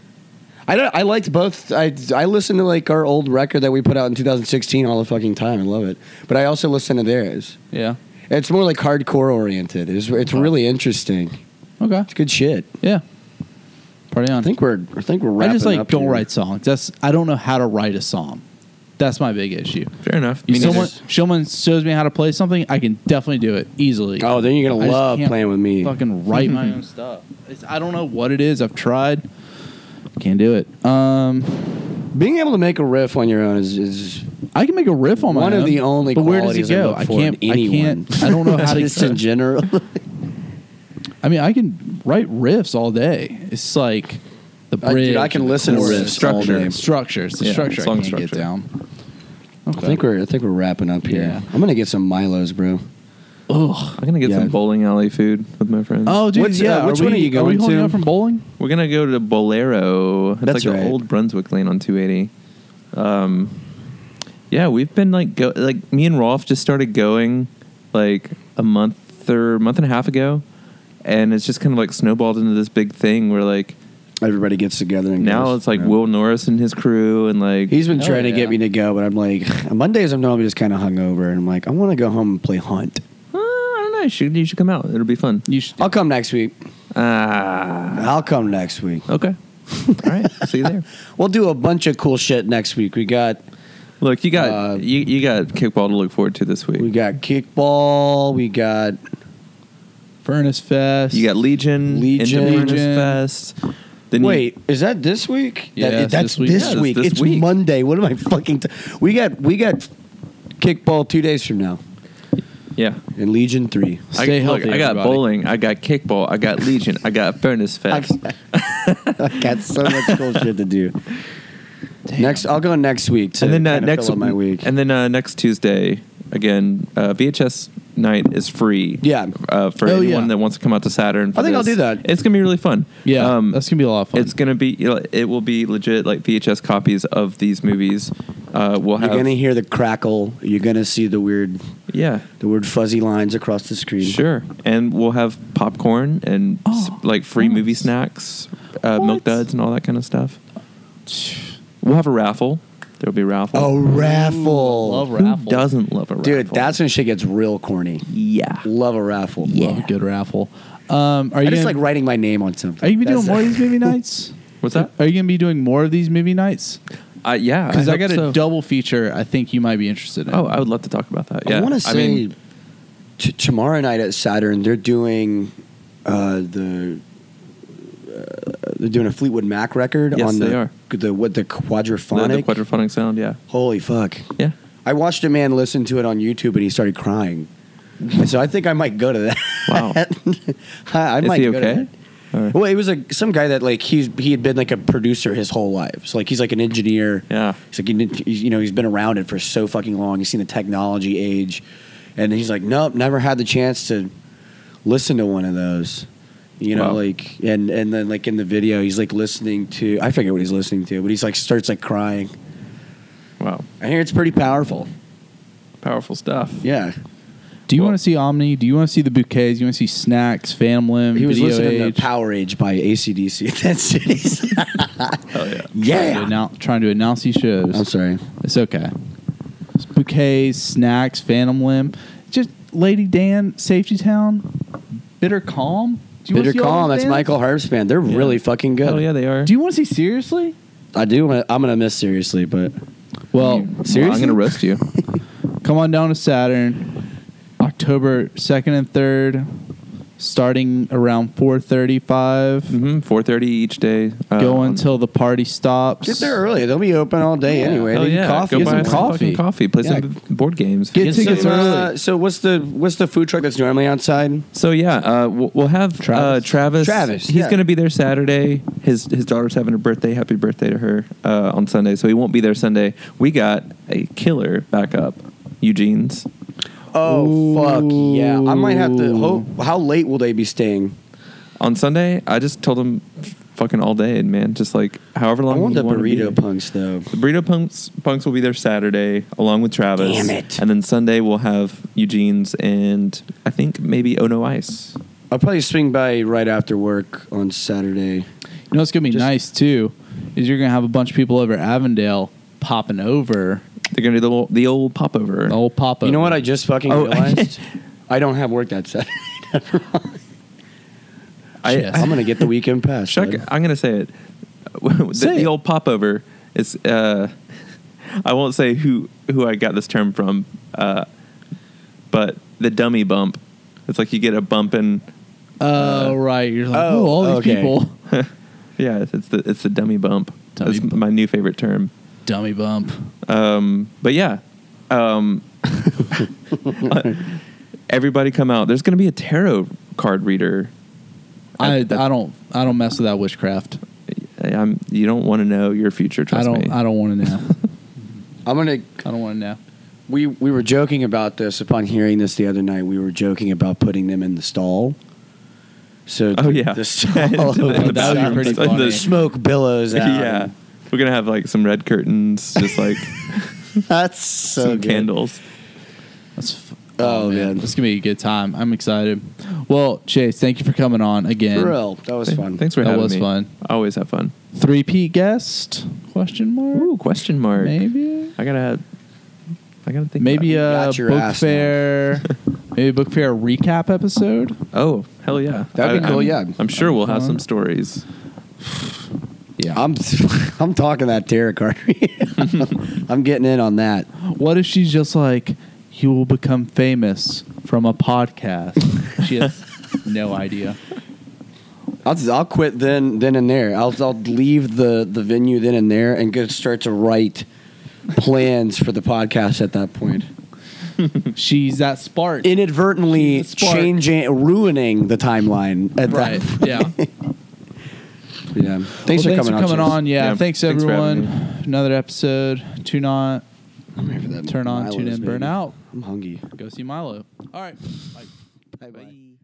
Speaker 2: I don't. I liked both. I I listened to like our old record that we put out in 2016 all the fucking time. I love it, but I also listen to theirs.
Speaker 3: Yeah.
Speaker 2: It's more like hardcore oriented. It's it's really interesting.
Speaker 3: Okay.
Speaker 2: It's good shit.
Speaker 3: Yeah. Party on.
Speaker 2: I think we're I think we're.
Speaker 3: I
Speaker 2: Wrapping
Speaker 3: just like
Speaker 2: up
Speaker 3: don't
Speaker 2: here.
Speaker 3: write songs. That's I don't know how to write a song. That's my big issue.
Speaker 1: Fair enough.
Speaker 3: You
Speaker 1: Me
Speaker 3: someone,
Speaker 1: neither.
Speaker 3: someone shows me how to play something, I can definitely do it easily.
Speaker 2: Oh, then you're gonna
Speaker 3: I just
Speaker 2: love
Speaker 3: can't
Speaker 2: playing with me.
Speaker 3: Fucking write my own stuff. It's, I don't know what it is. I've tried. Can't do it. Um,
Speaker 2: Being able to make a riff on your own is, is
Speaker 3: I can make a riff on my
Speaker 2: One of
Speaker 3: own,
Speaker 2: the only
Speaker 3: But where does it
Speaker 2: qualities I
Speaker 3: go?
Speaker 2: look
Speaker 3: I
Speaker 2: for
Speaker 3: can't.
Speaker 2: in
Speaker 3: I
Speaker 2: anyone.
Speaker 3: can't. I don't know how
Speaker 2: just in
Speaker 3: to.
Speaker 2: general.
Speaker 3: I mean, I can write riffs all day. It's like the
Speaker 2: I-
Speaker 3: bridge.
Speaker 2: dude, I can
Speaker 3: and the
Speaker 2: listen to
Speaker 3: chorus.
Speaker 2: riffs all
Speaker 1: Structure.
Speaker 2: day.
Speaker 3: Structure. It's the
Speaker 1: Yeah,
Speaker 3: structure.
Speaker 1: song
Speaker 3: I can't
Speaker 1: structure.
Speaker 3: get down.
Speaker 2: I think we're I think we're wrapping up here.
Speaker 3: Yeah.
Speaker 2: I'm gonna get some Milos, bro.
Speaker 3: Ugh.
Speaker 1: I'm gonna get
Speaker 2: Yeah.
Speaker 1: some bowling alley food with my friends.
Speaker 3: Oh, dude.
Speaker 2: What's, uh,
Speaker 3: yeah.
Speaker 2: which
Speaker 3: are we,
Speaker 2: one are you
Speaker 3: Are we
Speaker 2: going
Speaker 3: holding
Speaker 2: to?
Speaker 3: up from bowling?
Speaker 1: We're gonna go to Bolero. It's
Speaker 2: That's
Speaker 1: like
Speaker 2: right.
Speaker 1: the old Brunswick Lane on 280. Um, yeah, we've been like go like me and Rolf just started going like a month or month and a half ago, and it's just kind of like snowballed into this big thing where like
Speaker 2: Everybody gets together and
Speaker 1: now
Speaker 2: goes.
Speaker 1: it's like
Speaker 2: Yeah.
Speaker 1: Will Norris and his crew and like
Speaker 2: He's been
Speaker 3: Hell
Speaker 2: trying to
Speaker 3: yeah.
Speaker 2: get me to go, but I'm like Mondays. I'm normally just kind of hungover, and I'm like I want to go home and play hunt.
Speaker 1: "Uh, I don't know. You should you should come out. It'll be fun.
Speaker 3: You should.
Speaker 2: I'll come next week.
Speaker 1: Ah,
Speaker 2: I'll come next week.
Speaker 1: okay. All right. See you there.
Speaker 2: We'll do a bunch of cool shit next week. We got
Speaker 1: Look, you got
Speaker 2: Uh,
Speaker 1: you, you got kickball to look forward to this week.
Speaker 2: we got kickball. We got
Speaker 3: Furnace Fest.
Speaker 1: You got Legion,
Speaker 2: Legion.
Speaker 1: Legion,
Speaker 3: Legion.
Speaker 1: Fest. Then you-
Speaker 2: Wait, is that this week?
Speaker 3: Yeah,
Speaker 2: That-
Speaker 3: it's
Speaker 2: that's
Speaker 3: this week.
Speaker 2: this
Speaker 3: Yeah,
Speaker 1: it's
Speaker 2: week.
Speaker 1: this
Speaker 2: it's
Speaker 1: week.
Speaker 2: Monday. What am I fucking? T- we got we got kickball two days from now
Speaker 1: yeah.
Speaker 2: and Legion three.
Speaker 1: I,
Speaker 3: Stay
Speaker 1: look,
Speaker 3: healthy,
Speaker 1: I got
Speaker 3: everybody.
Speaker 1: bowling. I got kickball. I got Legion. I got Furnace Fest.
Speaker 2: I got so much cool shit to do. Next, I'll go next week. To
Speaker 1: and then uh,
Speaker 2: kinda
Speaker 1: next
Speaker 2: fill up my week.
Speaker 1: And then uh, next Tuesday again. Uh, VHS night is free.
Speaker 2: Yeah.
Speaker 1: Uh, for
Speaker 3: Oh,
Speaker 1: anyone
Speaker 3: yeah.
Speaker 1: that wants to come out to Saturn. for
Speaker 2: I think I'll
Speaker 1: this.
Speaker 2: do that.
Speaker 1: It's gonna be really fun.
Speaker 3: Yeah. that's gonna be a lot of fun.
Speaker 1: um, It's gonna be. you know, It will be legit like VHS copies of these movies. Uh, we'll
Speaker 2: you're
Speaker 1: have.
Speaker 2: gonna hear the crackle. You're gonna see the weird,
Speaker 1: yeah.
Speaker 2: the weird fuzzy lines across the screen.
Speaker 1: Sure, and we'll have popcorn and s-
Speaker 3: Oh,
Speaker 1: like free
Speaker 3: nice.
Speaker 1: movie snacks, uh, milk
Speaker 3: What?
Speaker 1: duds, and all that kind of stuff. We'll have a raffle. There'll be a raffle.
Speaker 2: A Oh, raffle,
Speaker 3: Ooh, love
Speaker 1: Who
Speaker 3: raffle.
Speaker 1: doesn't love a raffle,
Speaker 2: dude. That's when shit gets real corny.
Speaker 1: yeah.
Speaker 2: Love a raffle.
Speaker 3: Love a good raffle. Um, are
Speaker 2: I
Speaker 3: you
Speaker 2: just
Speaker 3: gonna,
Speaker 2: like writing my name on something.
Speaker 3: Are you gonna be doing
Speaker 2: That's-
Speaker 3: more of these movie nights?
Speaker 1: What's that?
Speaker 3: Are you gonna be doing more of these movie nights?
Speaker 1: Uh, yeah,
Speaker 3: Because I,
Speaker 1: hope
Speaker 3: got a
Speaker 1: so.
Speaker 3: double feature. I think you might be interested in.
Speaker 1: Oh, I would love to talk about that. Yeah,
Speaker 2: I want to say
Speaker 1: mean,
Speaker 2: t- tomorrow night at Saturn they're doing uh, the uh, they're doing a Fleetwood Mac record
Speaker 1: Yes,
Speaker 2: on the
Speaker 1: they are.
Speaker 2: the what the
Speaker 1: the, the
Speaker 2: quadraphonic.
Speaker 1: quadraphonic sound. Yeah,
Speaker 2: Holy fuck!
Speaker 1: yeah.
Speaker 2: I watched a man listen to it on YouTube and he started crying. And so I think I might go to that.
Speaker 1: Wow.
Speaker 2: I, I
Speaker 1: Is
Speaker 2: might
Speaker 1: he
Speaker 2: go to
Speaker 1: okay?
Speaker 2: that.
Speaker 1: All right.
Speaker 2: Well, it was like some guy that like he's he had been like a producer his whole life. So like he's like an engineer.
Speaker 1: Yeah.
Speaker 2: He's like he- he's, you know he's been around it for so fucking long. He's seen the technology age, and he's like, nope, never had the chance to listen to one of those. You know,
Speaker 1: Wow.
Speaker 2: like and and then like in the video, he's like listening to I forget what he's listening to, but he's like starts like crying.
Speaker 1: Wow,
Speaker 2: I hear it's pretty powerful.
Speaker 1: powerful stuff.
Speaker 2: Yeah.
Speaker 3: Do you
Speaker 1: Well-
Speaker 3: want to see Omni? Do you want to see the bouquets? Do you want to see Snacks, Phantom Limb,
Speaker 2: He was
Speaker 3: Video
Speaker 2: listening
Speaker 3: Age?
Speaker 2: to Power Age by ACDC at that cities.
Speaker 1: Hell yeah.
Speaker 3: Trying to, annou- trying to announce these shows.
Speaker 2: I'm sorry.
Speaker 3: It's okay. It's bouquets, snacks, Phantom Limb, just Lady Dan, Safety Town, Bitter Calm. Do wanna
Speaker 2: Bitter
Speaker 3: see all
Speaker 2: Calm,
Speaker 3: those
Speaker 2: that's
Speaker 3: bands?
Speaker 2: Michael Herb's band. They're really fucking good.
Speaker 1: Hell yeah, they are.
Speaker 3: Do you want to see seriously?
Speaker 2: I do. wanna- I'm gonna miss seriously, but
Speaker 3: Well,
Speaker 1: I'm gonna roast you.
Speaker 3: come on down to Saturn, October second and third, starting around four
Speaker 1: hmm Four thirty each day. Uh,
Speaker 3: Go
Speaker 1: on-
Speaker 3: until the party stops.
Speaker 2: get there early. They'll be open all day anyway.
Speaker 1: Hell
Speaker 2: They
Speaker 1: yeah.
Speaker 2: coffee.
Speaker 1: Go
Speaker 3: Get
Speaker 1: buy
Speaker 3: some
Speaker 1: us
Speaker 3: coffee.
Speaker 1: fucking coffee. Play
Speaker 2: Yeah.
Speaker 1: some board games.
Speaker 3: Get
Speaker 1: Get
Speaker 3: some- tickets
Speaker 2: so, uh,
Speaker 3: early.
Speaker 2: so what's the what's the food truck that's normally outside?
Speaker 1: So yeah, uh, we'll we'll have
Speaker 3: Travis.
Speaker 1: Travis. Uh, Travis.
Speaker 2: Travis,
Speaker 1: He's
Speaker 2: yeah.
Speaker 1: going to be there Saturday. His his daughter's having her birthday. Happy birthday to her uh, on Sunday. So he won't be there Sunday. We got a killer backup, Eugene's.
Speaker 2: Oh fuck yeah! I might have to.
Speaker 3: Ooh.
Speaker 2: Hope, how late will they be staying?
Speaker 1: On Sunday, I just told him f- fucking all day, man. Just like however long.
Speaker 2: I want
Speaker 1: you
Speaker 2: the
Speaker 1: wanna be
Speaker 2: burrito
Speaker 1: there.
Speaker 2: punks though.
Speaker 1: The burrito punks punks will be there Saturday along with Travis.
Speaker 2: Damn it.
Speaker 1: And then Sunday we'll have Eugene's and I think maybe Oh No Ice.
Speaker 2: I'll probably swing by right after work on Saturday.
Speaker 3: You know what's gonna be
Speaker 2: Just-
Speaker 3: nice too is you're gonna have a bunch of people over at Avondale popping over
Speaker 1: They're gonna do the old, the old popover.
Speaker 3: the old pop.
Speaker 2: You know what I just fucking
Speaker 1: Oh,
Speaker 2: realized? I don't have work that Saturday.
Speaker 1: I,
Speaker 3: Yes.
Speaker 2: I'm gonna get the weekend pass.
Speaker 1: Chuck,
Speaker 2: bud.
Speaker 1: I'm gonna say it. the,
Speaker 3: Say
Speaker 1: the
Speaker 3: it.
Speaker 1: old popover is. Uh, I won't say who who I got this term from, uh, but the dummy bump. It's like you get a bump in.
Speaker 3: Oh
Speaker 1: Uh,
Speaker 3: right, you're like
Speaker 2: oh,
Speaker 3: oh, all these
Speaker 2: okay.
Speaker 3: people.
Speaker 1: Yeah, it's, it's the it's the dummy bump.
Speaker 3: Dummy
Speaker 1: That's
Speaker 3: bump.
Speaker 1: my new favorite term.
Speaker 3: Dummy bump.
Speaker 1: Um, but yeah, um, uh, everybody come out. There's going to be a tarot card reader.
Speaker 3: I,
Speaker 1: that-
Speaker 3: I don't I don't mess with that witchcraft.
Speaker 1: I'm, you don't want to know your future.
Speaker 3: I
Speaker 1: Trust
Speaker 3: don't
Speaker 1: me.
Speaker 3: I don't want to know.
Speaker 2: I'm gonna.
Speaker 3: I don't want to know.
Speaker 2: We we were joking about this upon hearing this the other night. We were joking about putting them in the stall. So
Speaker 1: Oh, yeah.
Speaker 2: the stall
Speaker 1: In the
Speaker 2: opens
Speaker 3: That would be
Speaker 2: up.
Speaker 3: pretty
Speaker 2: The
Speaker 3: funny.
Speaker 2: smoke billows out.
Speaker 1: yeah,
Speaker 3: um,
Speaker 1: we're gonna have like some red curtains, just like
Speaker 2: that's so
Speaker 1: some
Speaker 2: good.
Speaker 1: candles.
Speaker 3: That's f-
Speaker 2: Oh, man.
Speaker 3: it's gonna be a good time. I'm excited. Well, Chase, thank you for coming on again.
Speaker 2: For real, that was fun.
Speaker 1: Thanks for
Speaker 3: That
Speaker 1: having
Speaker 3: was
Speaker 1: me.
Speaker 3: fun.
Speaker 1: I always have fun.
Speaker 3: Three P guest? Question mark.
Speaker 1: Ooh, question mark.
Speaker 3: Maybe.
Speaker 1: I gotta. I gotta think.
Speaker 3: Maybe
Speaker 1: about
Speaker 3: a
Speaker 2: got your
Speaker 3: book
Speaker 2: ass
Speaker 3: fair. maybe a book fair recap episode.
Speaker 1: it. Oh hell yeah!
Speaker 2: That'd be
Speaker 1: I-
Speaker 2: cool,
Speaker 1: I'm-
Speaker 2: yeah.
Speaker 1: I'm sure
Speaker 3: That'd be
Speaker 1: we'll have
Speaker 3: fun.
Speaker 1: some stories.
Speaker 3: Yeah.
Speaker 2: I'm I'm talking that tarot card. I'm getting in on that.
Speaker 3: What if she's just like, you will become famous from a podcast? she has no idea.
Speaker 2: I'll just, I'll quit then then and there. I'll I'll leave the the venue then and there and go start to write plans for the podcast at that point.
Speaker 3: She's that spark.
Speaker 2: Inadvertently
Speaker 3: She's a spark.
Speaker 2: changing ruining the timeline at
Speaker 3: right.
Speaker 2: that.
Speaker 3: yeah. Well,
Speaker 2: Yeah. Thanks for coming, on. Chase.
Speaker 3: Yeah.
Speaker 1: Yeah,
Speaker 3: Thanks,
Speaker 1: thanks for having
Speaker 3: everyone. Another episode. Tune on.
Speaker 2: I'm here for that
Speaker 3: Turn on,
Speaker 2: Milo's,
Speaker 3: tune in, burn
Speaker 2: baby.
Speaker 3: out.
Speaker 2: I'm hungry.
Speaker 3: Go see Milo. All right. Bye.
Speaker 2: Bye bye.